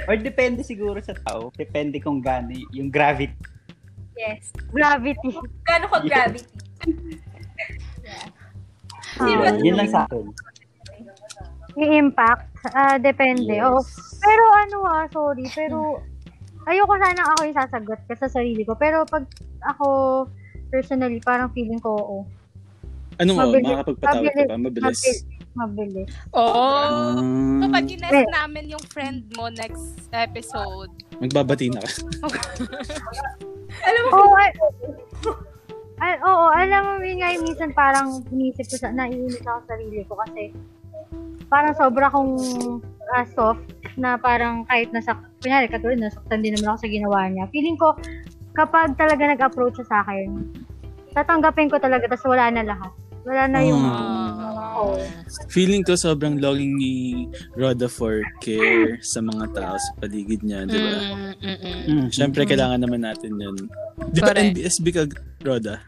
Or depende siguro sa tao. Depende kung gaano y- yung gravity.
Yes.
Gravity.
Gano'n ka gravity?
Ah,
Yun lang sa akin.
yung impact. Ah, depende.
Yes.
Oo. Pero ano ah, sorry. Pero ayoko sana ako yung sasagot ka sa sarili ko. Pero pag ako personally, parang feeling ko, oo.
Ano mo,
Mabilis.
makakapagpatawad ka ba? Mabilis.
Mabilis. Mabilis.
Oo.
Ah,
Oh. Kapag gines namin yung friend mo next episode.
magbabati na ka.
Alam mo,
Oo, ay, ay, oo, alam mo, yun nga yung minsan parang inisip ko sa, naiinis ako sa sarili ko kasi parang sobra kong ah, soft na parang kahit nasak, kunyari, katulad nasaktan din naman ako sa ginawa niya. Feeling ko, kapag talaga nag-approach siya sa akin, tatanggapin ko talaga, tapos wala na lahat. Wala na yung,
Ah.
Oh.
Feeling ko sobrang longing ni Roda for care sa mga tao sa paligid niya, di ba?
Mm.
Siyempre, kailangan naman natin yun. Di ba
Correct.
NBSB ka, Roda?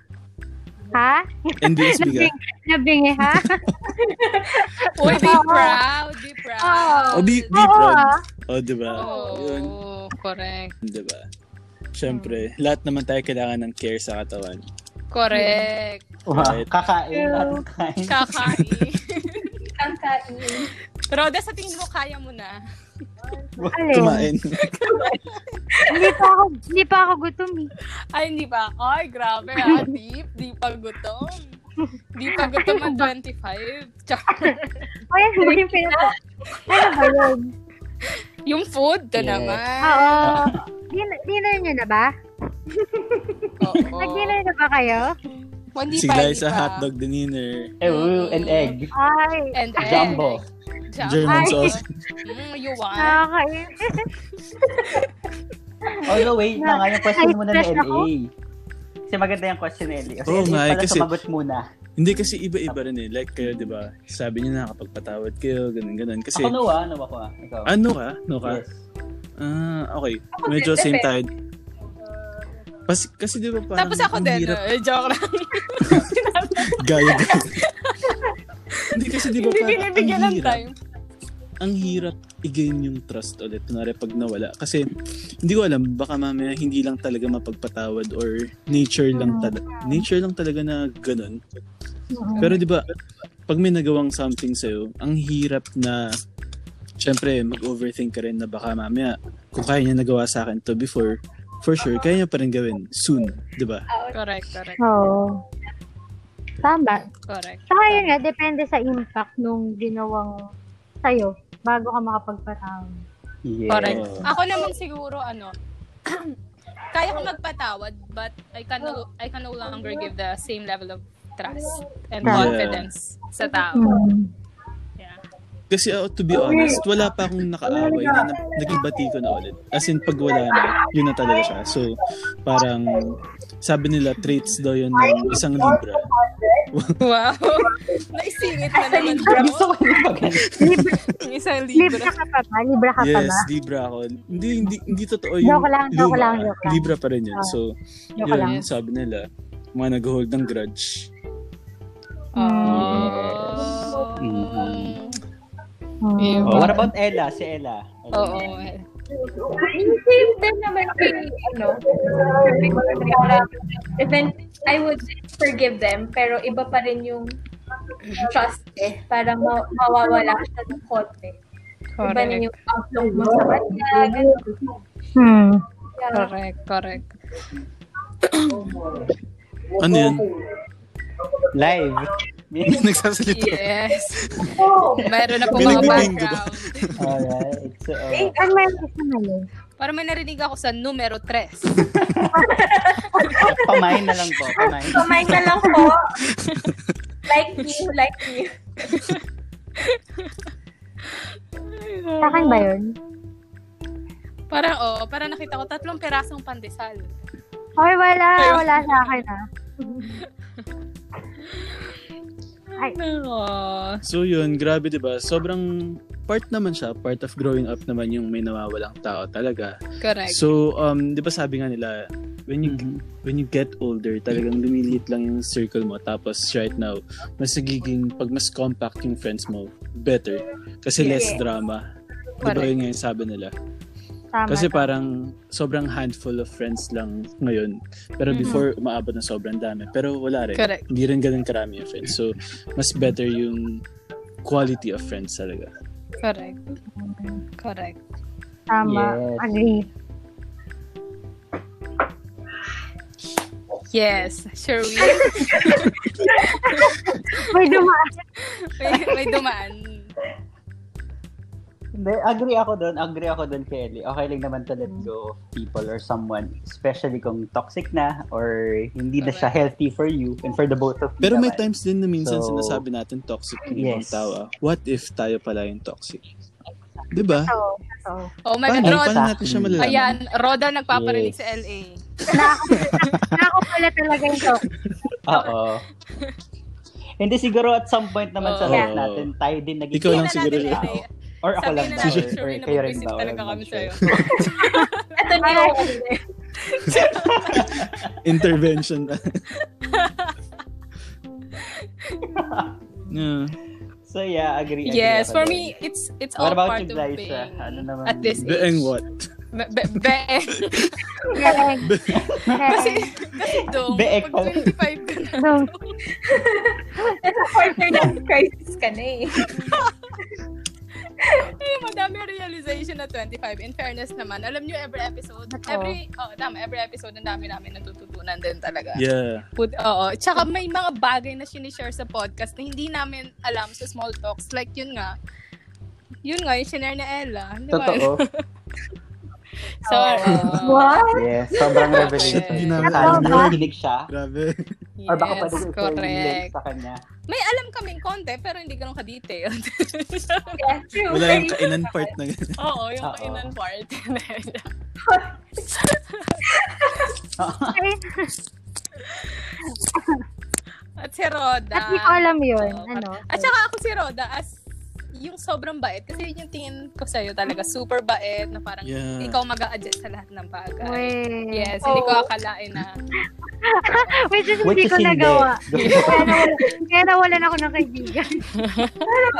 ha? (laughs)
NBSB ka?
Nabing, nabingi, ha? (laughs)
Uy, be proud. Be proud.
O, Oh, di, di
oo,
proud.
ah.
O, di ba? Yun,
Oh, correct.
di ba? Siyempre, lahat naman tayo kailangan ng care sa katawan.
Correct.
Wow. Kakain. lahat ng Kakain.
(laughs)
Kakain.
tangka. Kumain.
Roda, sa tingin mo, kaya mo na.
Alin?
Kumain.
hindi pa ako, hindi pa ako gutom eh.
Ay, hindi pa. Ay, grabe ah. Deep. Di pa gutom. Di pa gutom ang 25. Char.
O yan, (laughs) ba yung pinapa? Ano ba yun?
Yung food, to
Yeah.
naman.
Oo. Din- dinner nyo na ba?
Oo.
Nag-dinner na ba kayo?
Hindi
Si
pa, hindi
guys, a
pa.
hotdog dinner.
Eh, woo, an egg.
Ay,
And egg.
(laughs)
Jumbo.
Jumbo.
German
Ay.
sauce.
Mm, you want?
nakakain.
Oh, no, wait na nga yung question
Ay,
muna ni
stress ako.
LA. Kasi maganda yung question ni LA. Kasi
Oo
LA
nga,
pala
Oh kasi-
sumagot muna.
Hindi kasi iba-iba rin eh. Like kayo, di ba? Sabi niyo nakakapagpatawad kayo, ganun-ganun. Kasi,
Ako no, ah. No, ako ah. Ikaw.
ano ka? No ka?
Yes.
Ah, okay.
Ako din,
Medyo same
depende.
tayo. Kasi, kasi di ba parang
Tapos ako
ang
din.
hirap (laughs)
Eh, joke lang.
Gaya
(laughs)
ka. Hindi kasi di ba
Hindi
parang ang
binibigyan ng
hirap,
time.
ang hirap i-gain yung trust ulit. Kunwari pag nawala. Kasi hindi ko alam, baka mamaya hindi lang talaga mapagpatawad or nature lang talaga. Nature lang talaga na ganun. Pero di ba, pag may nagawang something sa'yo, ang hirap na Siyempre, mag-overthink ka rin na baka mamaya, kung kaya niya nagawa sa akin to before, for sure, kaya niya pa rin gawin soon, di ba?
Correct, correct,
Oo. Tama.
correct.
Saka yun nga, depende sa impact nung ginawang sa'yo bago ka makapagpatawad.
Yes.
Correct.
Oo.
Ako naman siguro, ano, (clears throat) kaya ko magpatawad, but I can no, I can no longer give the same level of trust and
Yeah.
confidence sa tao.
Hmm.
Yeah. (laughs)
Kasi uh, to be honest, wala pa akong nakaaway na na- naging bati ko na ulit. As in, pag wala na, yun na talaga siya. So, parang, sabi nila, traits daw yun ng isang libra.
Wow! Naisingit na naman
Gusto
ako.
ko yung pag
Yung Isang
Libra
libra.
ka pa ba? Libra ka pa
Yes,
ba?
libra ako. Hindi, hindi, hindi totoo yung
Joke lang, joke lang,
luma.
joke lang. Ah,
Libra pa rin yun. So,
Joke
yun,
lang.
sabi nila, mga nag-hold ng grudge.
Oh.
Mm-hmm.
Mhm.
Hmm.
Oh, what about Ella? Si Ella. Ella.
Oo.
Same din naman kay, ano, and then I would forgive them, pero iba pa rin yung trust eh. Parang ma- mawawala siya ng konti. Iba
Correct.
rin yung outlook mo sa kanya, ganun.
Hmm.
Correct, correct.
Ano yun? (laughs)
Live.
Nagsasalita.
Yes.
Oh,
Meron
(laughs)
na po
May
mga
nagbibingo ba?
background.
Alright. So, uh,
Ang meron kasi ngayon.
Parang may narinig ako sa numero 3.
pamain na lang po. Pamain.
kumain na lang po. Like you, like you.
Sa akin ba yun?
Parang, oo, parang nakita ko tatlong perasong pandesal.
Ay, wala. Wala sa akin ah. Ay,
Oo.
So yun, grabe 'di ba? Sobrang part naman siya, part of growing up naman yung may nawawalang tao talaga.
Correct.
So um 'di ba sabi nga nila when you
Mhm.
when you get older, talagang lumiliit lang yung circle mo. Tapos right now, mas nagiging pag mas compact yung friends mo, better kasi less
Yeah.
drama. 'Di ba
Correct.
yun nga yung sabi nila?
tama.
Kasi parang sobrang handful of friends lang ngayon. Pero before, umaabot na sobrang dami. Pero wala rin.
Mm-hmm. Correct.
Hindi rin ganun karami yung friends. So, mas better yung quality of friends talaga.
Correct. Correct.
Tama.
Yes.
Agree.
Yes. Sure
(laughs)
we.
May dumaan.
may, may dumaan.
Hindi, agree ako doon. Agree ako doon kay Ellie. Okay lang naman to let go of people or someone. Especially kung toxic na or hindi na siya healthy for you and for the both of you.
Pero may
naman.
times din na minsan
So,
sinasabi natin toxic yung ibang
yes.
tao. ah. What if tayo pala yung toxic? 'Di ba?
Ito. Ito.
Oh my
Paano,
God. Roda.
paano natin siya malalaman?
Ayan. Roda nagpaparinig sa
Yes.
LA.
Ako pala talaga ito.
Oo. Hindi siguro at some point naman
Oo.
sa life natin, tayo din naging
Ikaw lang
Sabihin
siguro
natin,
yun.
LA.
Or ako
Sabihin na
lang ba?
natin,
Or,
sure
or
we
kayo rin
nabubwisit
ba? Or
talaga
I'm
kami
not
sa'yo.
sure.
Ito na yung
Intervention. (laughs) yeah.
So yeah, agree. agree
Yes.
ako
For
doon.
me, it's it's all
What about
part
you
of
guys?
being
ah? Ano naman?
at this age.
Being what?
Be, be, be.
Kaya,
kasi, (laughs) kasi dong,
Beek
pag
pala.
25 ka na, (laughs)
no,
Nasa quarter life crisis ka na eh.
eh, madami realization na 25. In fairness naman, alam nyo every episode,
Totoo.
every, oh, tama, every episode, ang dami namin natututunan din talaga.
Yeah.
Put, oo. Tsaka may mga bagay na sinishare sa podcast na hindi namin alam sa small talks. Like yun nga, yun nga, yung sinare na Ella. Di ba? (laughs)
Totoo.
So, oo.
What?
Yes, sobrang revelation.
Shit, di
namin
Sana
alam.
nanginig siya.
Grabe.
yes,
Or Ah, baka pwede ko i-relate
correct.
sa kanya.
May alam kaming konti, pero hindi ganun ka-detailed. (laughs)
Yeah, true.
Wala yung kainan part na ganun.
oo, yung
Oo.
kainan part. (laughs) At si Roda.
at di ko alam yun.
Oo.
Ano?
At saka ako si Roda as yung sobrang bait. Kasi yun yung tingin ko sa'yo talaga. Super bait na parang
Yeah.
ikaw mag adjust sa lahat ng bagay.
Wait.
Yes, hindi ko
Oh.
akalain na.
(laughs) Which is
Which
hindi
is
ko
hindi.
nagawa.
Gusto ko
Kaya nawalan, kaya nawalan ako ng
(laughs)
kaibigan.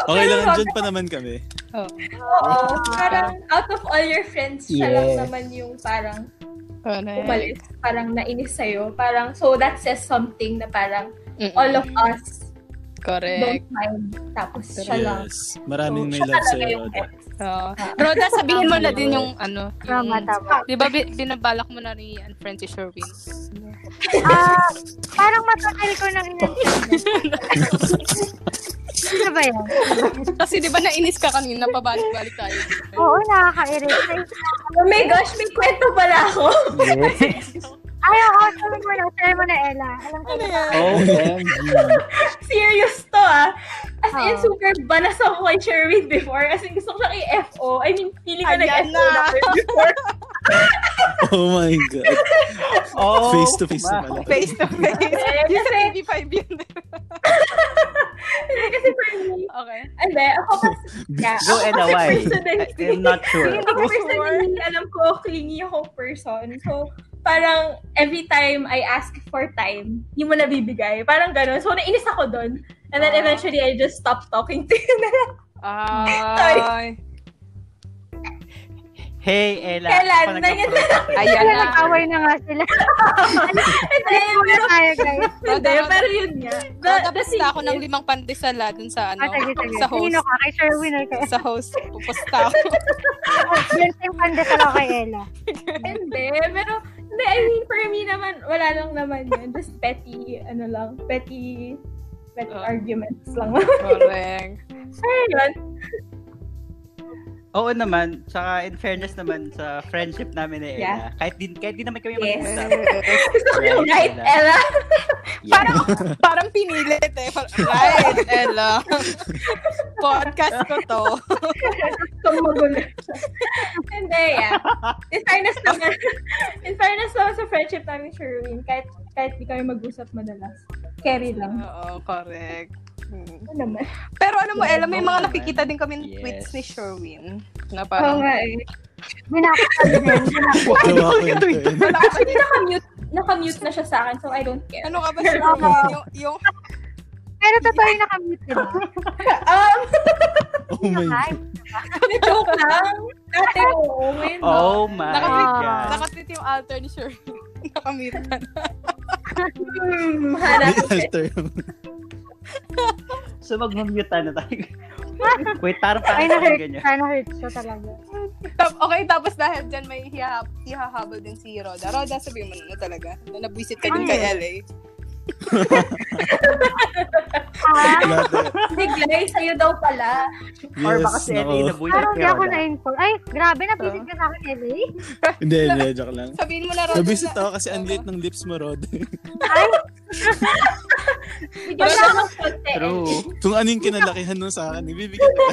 Okay lang, andyan pa naman kami.
Oh,
Oo. Parang out of all your friends, siya lang
Yes.
naman yung parang
Correct.
umalis. Parang nainis sa'yo. Parang, so that says something na parang all of us
Correct.
don't mind. Tapos siya lang.
Yes. Maraming may
siya
love
talaga
sa'yo,
yung
Roda.
ex.
Oo. Oh. Roda, sabihin mo na din yung ano.
Tama,
yung-
tama.
Di ba bi- binabalak mo na ni unfriend si Sherwin?
Ah, parang matagal ko nang inantay. Ano ba yan?
Kasi di ba nainis ka kanina, pabalik-balik tayo.
Oo, nakaka-irritate.
Oh my gosh, may kwento pala ako.
Yes.
Ay, ako, sabi mo na, sabi mo na, Ella. Alam ko na.
(laughs)
Oh,
OMG.
Serious to ah. As in,
Ah.
super banas ako kay Sherwin before. As in, gusto ko siya kay FO. I mean, feeling ko
Ayan
nag-FO
na.
na ako before.
Oh my God.
Oh,
Face to face na
ma-
pala.
Face to face. Yung sa 85 yun.
Kasi for me,
(laughs) Okay.
hindi, ako kasi, yeah,
Go
ako
and
kasi
away.
personally-
I'm not sure.
Hindi ko personally alam ko, clingy akong person. So, parang every time I ask for time, hindi mo nabibigay. Parang ganun. So, nainis ako doon. And then eventually, I just stopped talking to you.
Ay.
Hey, Ella.
Kailan?
Ako
Nangyari
nag-approach.
Ayan
Kaya
na.
nag-away na nga
(laughs)
sila.
And then,
Wala
pero,
tayo, guys.
hindi, pero yun nga.
Roda,
The- the
pusta ako
thing
ng
is-
limang pandesala dun sa ano.
Ah, sige, sige.
Sa host.
Sino ka? Kay Sherwin or kay
Sa host. Pupusta ako.
Yun yung pandesal ako kay Ella.
Hindi, pero, hindi, I mean, for me naman, wala lang naman yun. Just petty, ano lang, petty, petty
Oh.
arguments lang. (laughs)
(laughs)
Pero
Correct.
yun,
Oo naman. Tsaka in fairness naman sa friendship namin ni Ella. Kahit di, kahit di naman kami
(laughs)
Yes.
mag-usap.
gusto ko yung
Right,
right, Ella.
Parang, parang pinilit eh. Parang, right, Ella. Podcast ko to.
Kung magulo. (laughs) Hindi, yeah. In fairness naman, (laughs) in fairness naman sa friendship namin, Sherwin, kahit, kahit di kami mag-usap madalas. Carry lang.
Oo, correct. Hmm.
Ano naman?
Pero alam mo, Ella, may
Oo
mga
naman.
nakikita din kami
Yes.
tweets ni Sherwin. Na
Oo
parang,
nga eh.
Binakasabi din.
Gawa ko yun.
wala ka ba
Actually, naka-mute, naka-mute na siya sa akin, so I don't care.
ano ka ba, Sherwin? (laughs) Yung, yung,
Pero totoo yung nakamute,
(laughs)
diba?
Um,
(laughs) Oh my
Hi.
God.
joke lang. Dati, oo, ngayon na.
Oh my
Nakatweet-
God.
nakatweet yung alter ni Sherwin. (laughs) Nakamute ka na.
Hmm, hanap.
May alter.
So mag-mute na tayo. Wait, parang
Ay,
parang
na-hurt.
ganyan.
Ay, na-hurt ko talaga.
Tap- Okay, tapos dahil dyan may hihahab, ihahabol din si Roda. Roda, sabihin mo na, na talaga. Na nabwisit ka din kay LA.
Ah,
Wala tayo.
Siglay, sa'yo daw pala.
Or
Yes,
baka si
nako.
Ellie nabuhay
parang
sa
di ako
Kerala.
na-inform. Ay, grabe, napisit ka sa akin, Ellie.
Hindi, hindi. Joke lang.
Sabihin mo na, Roda.
Nabisit
na-
ako kasi ang liit ng lips mo, Rod.
Bigyan
Wala
mo ako ng konti.
True.
Kung ano yung kinalakihan nun sa akin, ibibigay ko.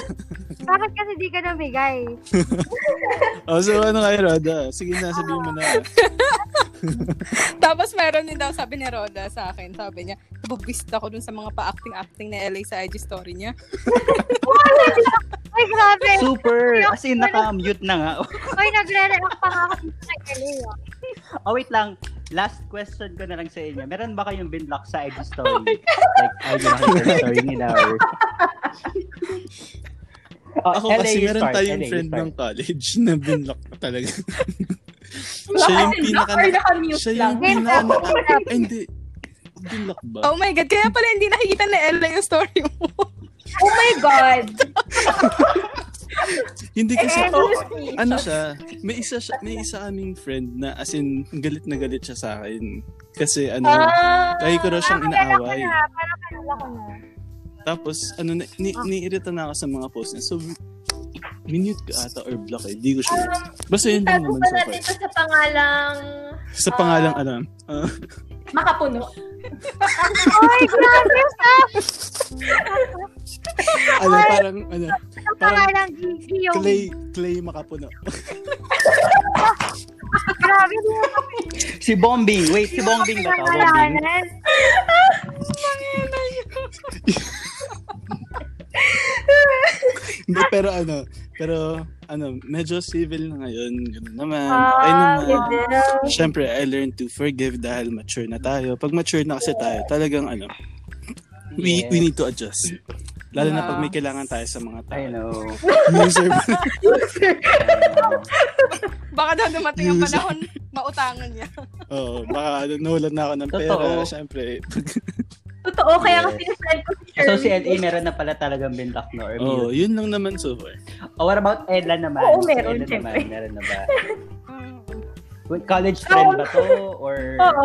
Bakit kasi di ka namigay?
Oh, so ano kayo, Roda? Sige na, sabihin mo na.
(laughs) Tapos meron din daw sabi ni Roda sa akin, sabi niya, nababwisit ako dun sa mga pa-acting-acting na LA sa IG story niya.
Ay, grabe.
Super! As in, naka-mute na nga. (laughs)
Ay, nagre-react pa nga ako dito kay Ellie. ah.
Oh, wait lang. Last question ko na lang sa inyo. Meron ba kayong binlock sa IG
(laughs) Oh
story? like, IG story nila or... Oh,
Ako
LA
kasi
you
meron
start,
tayong
LA you
friend
start.
ng college (laughs) na binlock na talaga.
Siya
siya yung pinaka...
Or naka-mute
Siya
lang.
yung
Game
pinaka...
na.
Ay, Hindi. Binlock ba?
Oh my God, kaya pala hindi nakikita ni Ella yung story
(laughs)
mo.
Oh my God!
Hindi kasi...
Endless me.
ano siya, may isa siya, may isa kaming friend na as in galit na galit siya sa akin. Kasi ano,
Ah,
lagi ko raw siyang
Parang kilala ko
inaaway.
na, parang kilala ko na.
Tapos ano, na- ni, niirita na ako sa mga posts niya. So, minute ko ata or block eh. Di ko sure. Basta yun lang
Tago
naman
pa
so far.
natin ito sa pangalang
Sa pangalang alam. Ah,
makapuno.
Ay, grabe yung staff!
ano, parang, ano, parang
Ang pangalang GG yung...
clay, clay makapuno. (laughs)
Grabe yung
Si Bombing. Wait, si Bombing ba to? Bombing.
pangalanan.
Hindi, pero ano, pero ano, medyo civil na ngayon. Ganun naman. Ay
Ah,
naman. Siyempre, I learned to forgive dahil mature na tayo. Pag mature na kasi tayo, talagang ano, we, we need to adjust. Lalo na pag may kailangan tayo sa mga
I
tao.
(laughs)
know.
User,
Baka daw dumating ang
Yes.
panahon, mautangan niya.
oh, baka nahulan na ako ng pera.
Totoo.
Siyempre,
Totoo, kaya nga sinasend ko si Shirley.
So si LA meron na pala talagang bintak no? Or
oh,
mute.
yun lang naman so far.
Oh, what about Ella naman?
Oo,
Si
meron,
Ella
syempre.
naman, meron na ba? Wait, College friend ba to? Or
(laughs) Oo.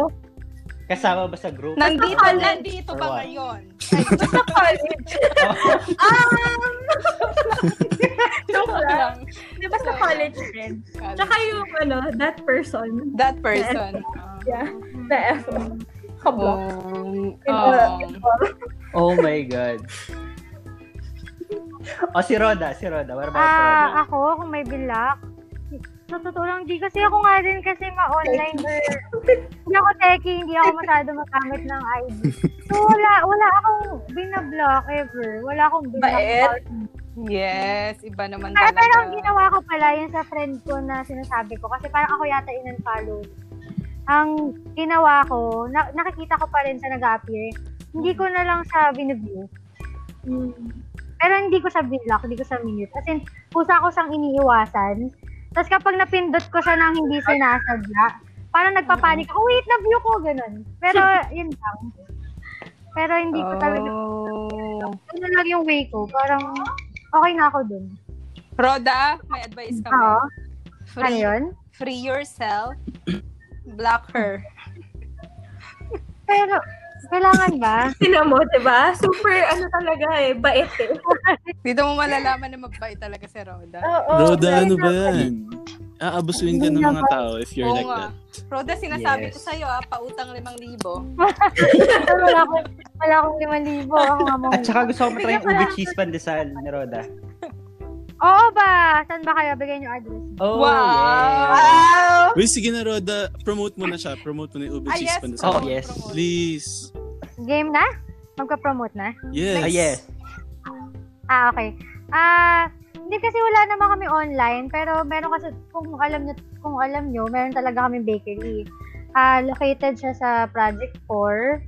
kasama ba sa group?
Nandito,
Or what?
nandito
Or
ba
what?
ngayon?
Sa
(laughs)
college. Um, (laughs) joke lang. Di ba sa college friend? Tsaka yung ano, that person
That person.
na F. Kablock.
Um, um,
In all- in all.
Oh my God. oh, si Roda, si Roda. What about Roda?
Ah, ako, kung may bilak. Sa totoo lang, di kasi ako nga rin kasi ma-online. hindi ako techie, hindi ako masyado magamit ng ID. So, wala, wala akong binablock ever. Wala akong binablock.
Bait.
Yes, iba naman
Pero,
talaga.
pero ang ginawa ko pala, yun sa friend ko na sinasabi ko, kasi parang ako yata in-unfollow. Ang ginawa ko, na- nakikita ko pa rin sa nag-appear, hindi ko na lang siya binablock.
Hmm.
Pero hindi ko siya binlock, hindi ko siya mute. As in, kusa ko siyang iniiwasan. Tapos kapag napindot ko siya ng hindi sinasadya, parang nagpapanik ako, wait, na-view ko, ganun. Pero, yun lang. Pero hindi ko talaga,
Oh.
ano lang yung way ko, parang okay na ako dun.
Roda, may advice kami.
Oo, ano
free,
yun?
free yourself. Block her.
Pero, kailangan ba?
Sila mo, di ba? Super, ano talaga eh, bait eh.
Dito mo malalaman na magbait talaga si Roda.
Oh.
Oo.
Roda, ano ba yan? Aabusuin ka ng mga tao if you're
Oo
like
nga.
that.
Roda, sinasabi
Yes.
ko sa'yo, ah, pautang limang libo.
Pero (laughs) wala akong, wala akong 5,000. Ako nga mga.
At saka gusto ko matry yung ube cheese pandesal ni Roda.
Oo ba? Saan ba kayo? Bigay niyo address.
Oh, yes.
Wow!
Wait, sige na Roda, promote mo na siya. Promote mo na yung Ube
Ah,
Cheese
yes.
Pandesal.
Oh,
promote,
yes.
promote.
Please.
Game na? Magka-promote na?
Yes.
Ah, yes.
Ah, okay. Ah, hindi kasi wala naman kami online, pero meron kasi, kung alam nyo, kung alam nyo, meron talaga kami bakery. Ah, located siya sa Project 4.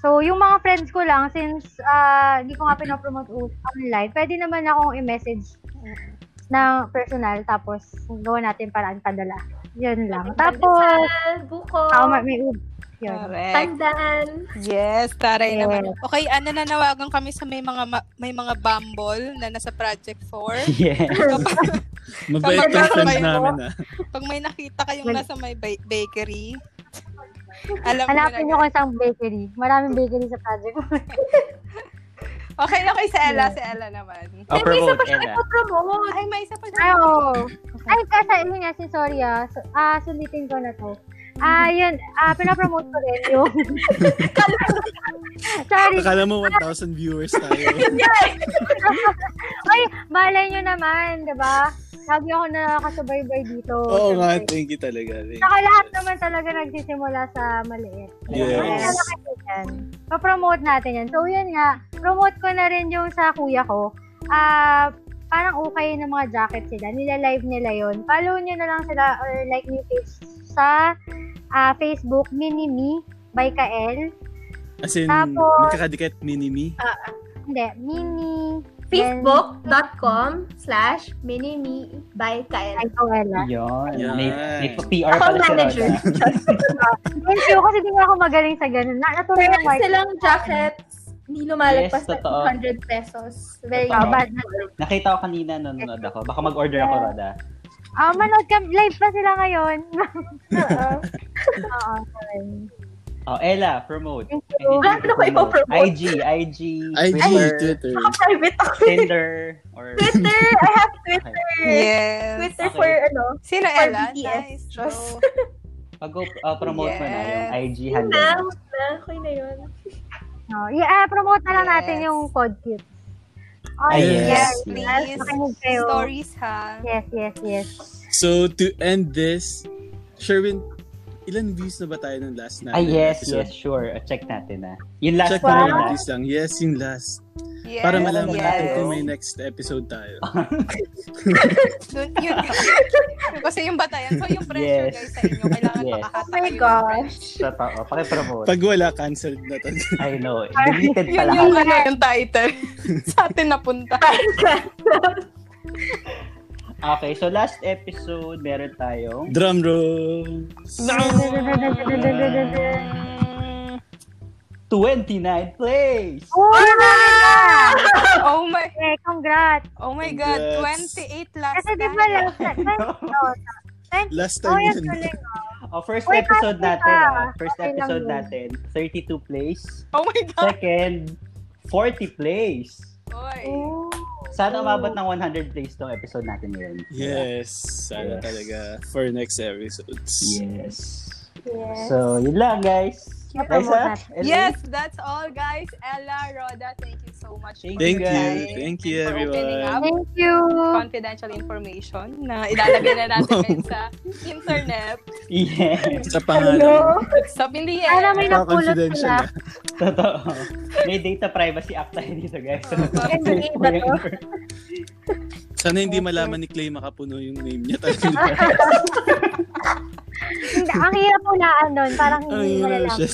So, yung mga friends ko lang, since ah, hindi ko nga pinapromote u- online, pwede naman akong i-message na personal, tapos gawin natin paraan padala. Yun lang. Tapos,
Pandesal, buko,
ako may, may ub- Yun.
Correct.
tandan.
Yes, taray
Yeah.
naman.
Okay, ano nanawagan kami sa may mga ma- may mga bumble na nasa Project
(laughs)
4.
Yes.
Kapag- Kapag
Mabait yung friend
nakakabay mo.
namin ah.
Pag may nakita kayong nasa may ba- bakery,
Ah,
alam mo
Hanapin nyo
na.
kung isang bakery. Maraming bakery sa project.
Okay na kay sa Ella, si Ella naman.
Oh, promote, Ella.
Ipopromote.
Ay, may isa pa
Ay,
dyan.
oo.
(laughs)
Ay, kasi, yun nga, si sorry ah. So, ah, sulitin ko na to. Ah, yun, ah, pinapromote ko rin yung... (laughs) sorry.
Akala mo 1,000 viewers tayo.
Ay, malay nyo naman, di ba? Sabi ako na kasabay-bay dito.
Oo nga, eh.
Siyempre.
thank you talaga. Thank
Saka
you.
lahat naman talaga nagsisimula sa maliit.
Yes.
Papromote natin yan. So, yun nga, promote ko na rin yung sa kuya ko. Ah, parang okay ng mga jacket sila. Nila-live nila yun. Follow nyo na lang sila or like new page sa ah, Facebook, Minimi by Kael.
As in,
Tapos-
magkakadikit mini me.
Hindi, Mini
Facebook.com slash minimi by Kael.
Ay, Joella.
Yun.
Yan.
May, may PR
Account
pala si
manager.
Roda.
Thank you, kasi di nga ako magaling sa ganun. Na, natuloy
Pero
na Mark.
silang jackets, hindi lumalagpas
Yes,
sa
totoo.
200 pesos. Very
Totoo.
nice.
ah, Bad na.
Nakita ko kanina nung nanonood ako. Baka mag-order ako, Roda.
Ah, manood ka, live pa sila ngayon. (laughs) Oo.
Oh, Ella, promote.
Thank you.
Anything
Ah, ano ko
to promote.
ipopromote?
IG, IG,
IG,
Twitter,
Twitter.
Private ako.
Tinder, or...
Twitter! I have Twitter!
Yes.
Twitter
Okay.
for ano?
Sino Ella?
BTS.
Nice.
Diyos.
go.
Pag-promote oh, mo na yung
Yes.
IG
Yun na,
handle.
yun na. Okay na yun.
Oh, yeah, promote na lang natin
Yes.
yung Podkit.
Ah,
Oh,
Ay,
yes.
Yes,
Yes.
please.
Makinig kayo.
Stories, ha?
Yes, yes, yes.
So, to end this, Sherwin, ilan views na ba tayo ng last na?
Ay, yes, yes, sure. Uh, Check natin na. Yung last ah.
Check
one
na lang,
na.
please lang. Yes, yung last.
Yes,
Para malaman
yes.
natin kung may next episode tayo.
Dun, yun. (laughs) Kasi yung batayan. So, yung pressure,
Yes.
guys, sa inyo. Kailangan
Yes.
makakatayo.
Oh my
yung
gosh.
Totoo. oh, Pakipromote.
Pag wala, canceled na to.
I know. Deleted
Yun
pala.
yung ano, yung title. (laughs) sa atin
(laughs)
napunta.
Okay, so last episode, meron tayong...
(laughs) Drum roll!
Oh,
29 plays! (laughs)
Oh my,
okay, congrats.
oh my God.
Congrats.
28 last
Kasi di ba
time.
last time?
Last
(laughs) Oh,
time
yan
yun.
tuloy.
Oh, first
Uy,
episode
kasi
natin,
pa.
ah. First
Okay lang
episode
yun.
natin, 32 plays.
Oh my
Ah.
God.
Second, 40 plays.
Oy.
Oh.
Sana umabot ng 100 plays tong episode natin ngayon.
Yes, sana
Yes.
talaga for next episodes.
Yes. So, yun lang, guys. Guys,
Promote
ah,
natin.
Ellie?
Yes, that's all, guys. Ella, Roda, thank you so much for
Thank
Thank you.
you, guys.
Thank you,
for opening
everyone.
up
Thank you.
confidential information na ilalagay na natin
(laughs)
ngayon sa internet.
Yes.
Sa pangalan.
Sa hindi
Sana
yan.
may napulot
Confidential
sila.
Totoo. May data privacy act tayo dito, guys. So,
Yes, iba to.
Sana hindi malaman ni Clay makapuno yung name niya talaga.
Hindi, ang hirap mo na anon. Parang hindi
Ay,
mo
wala
alam.
siya.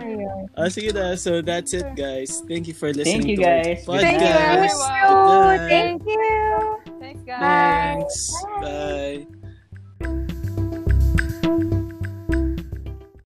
Ayun.
Ah, sige na. So, that's it, guys. Thank you for listening
Thank you,
to our
guys.
podcast.
Thank you,
everyone.
Good night.
Thank Oh, you.
Thanks, guys.
Thanks. Bye.
Bye.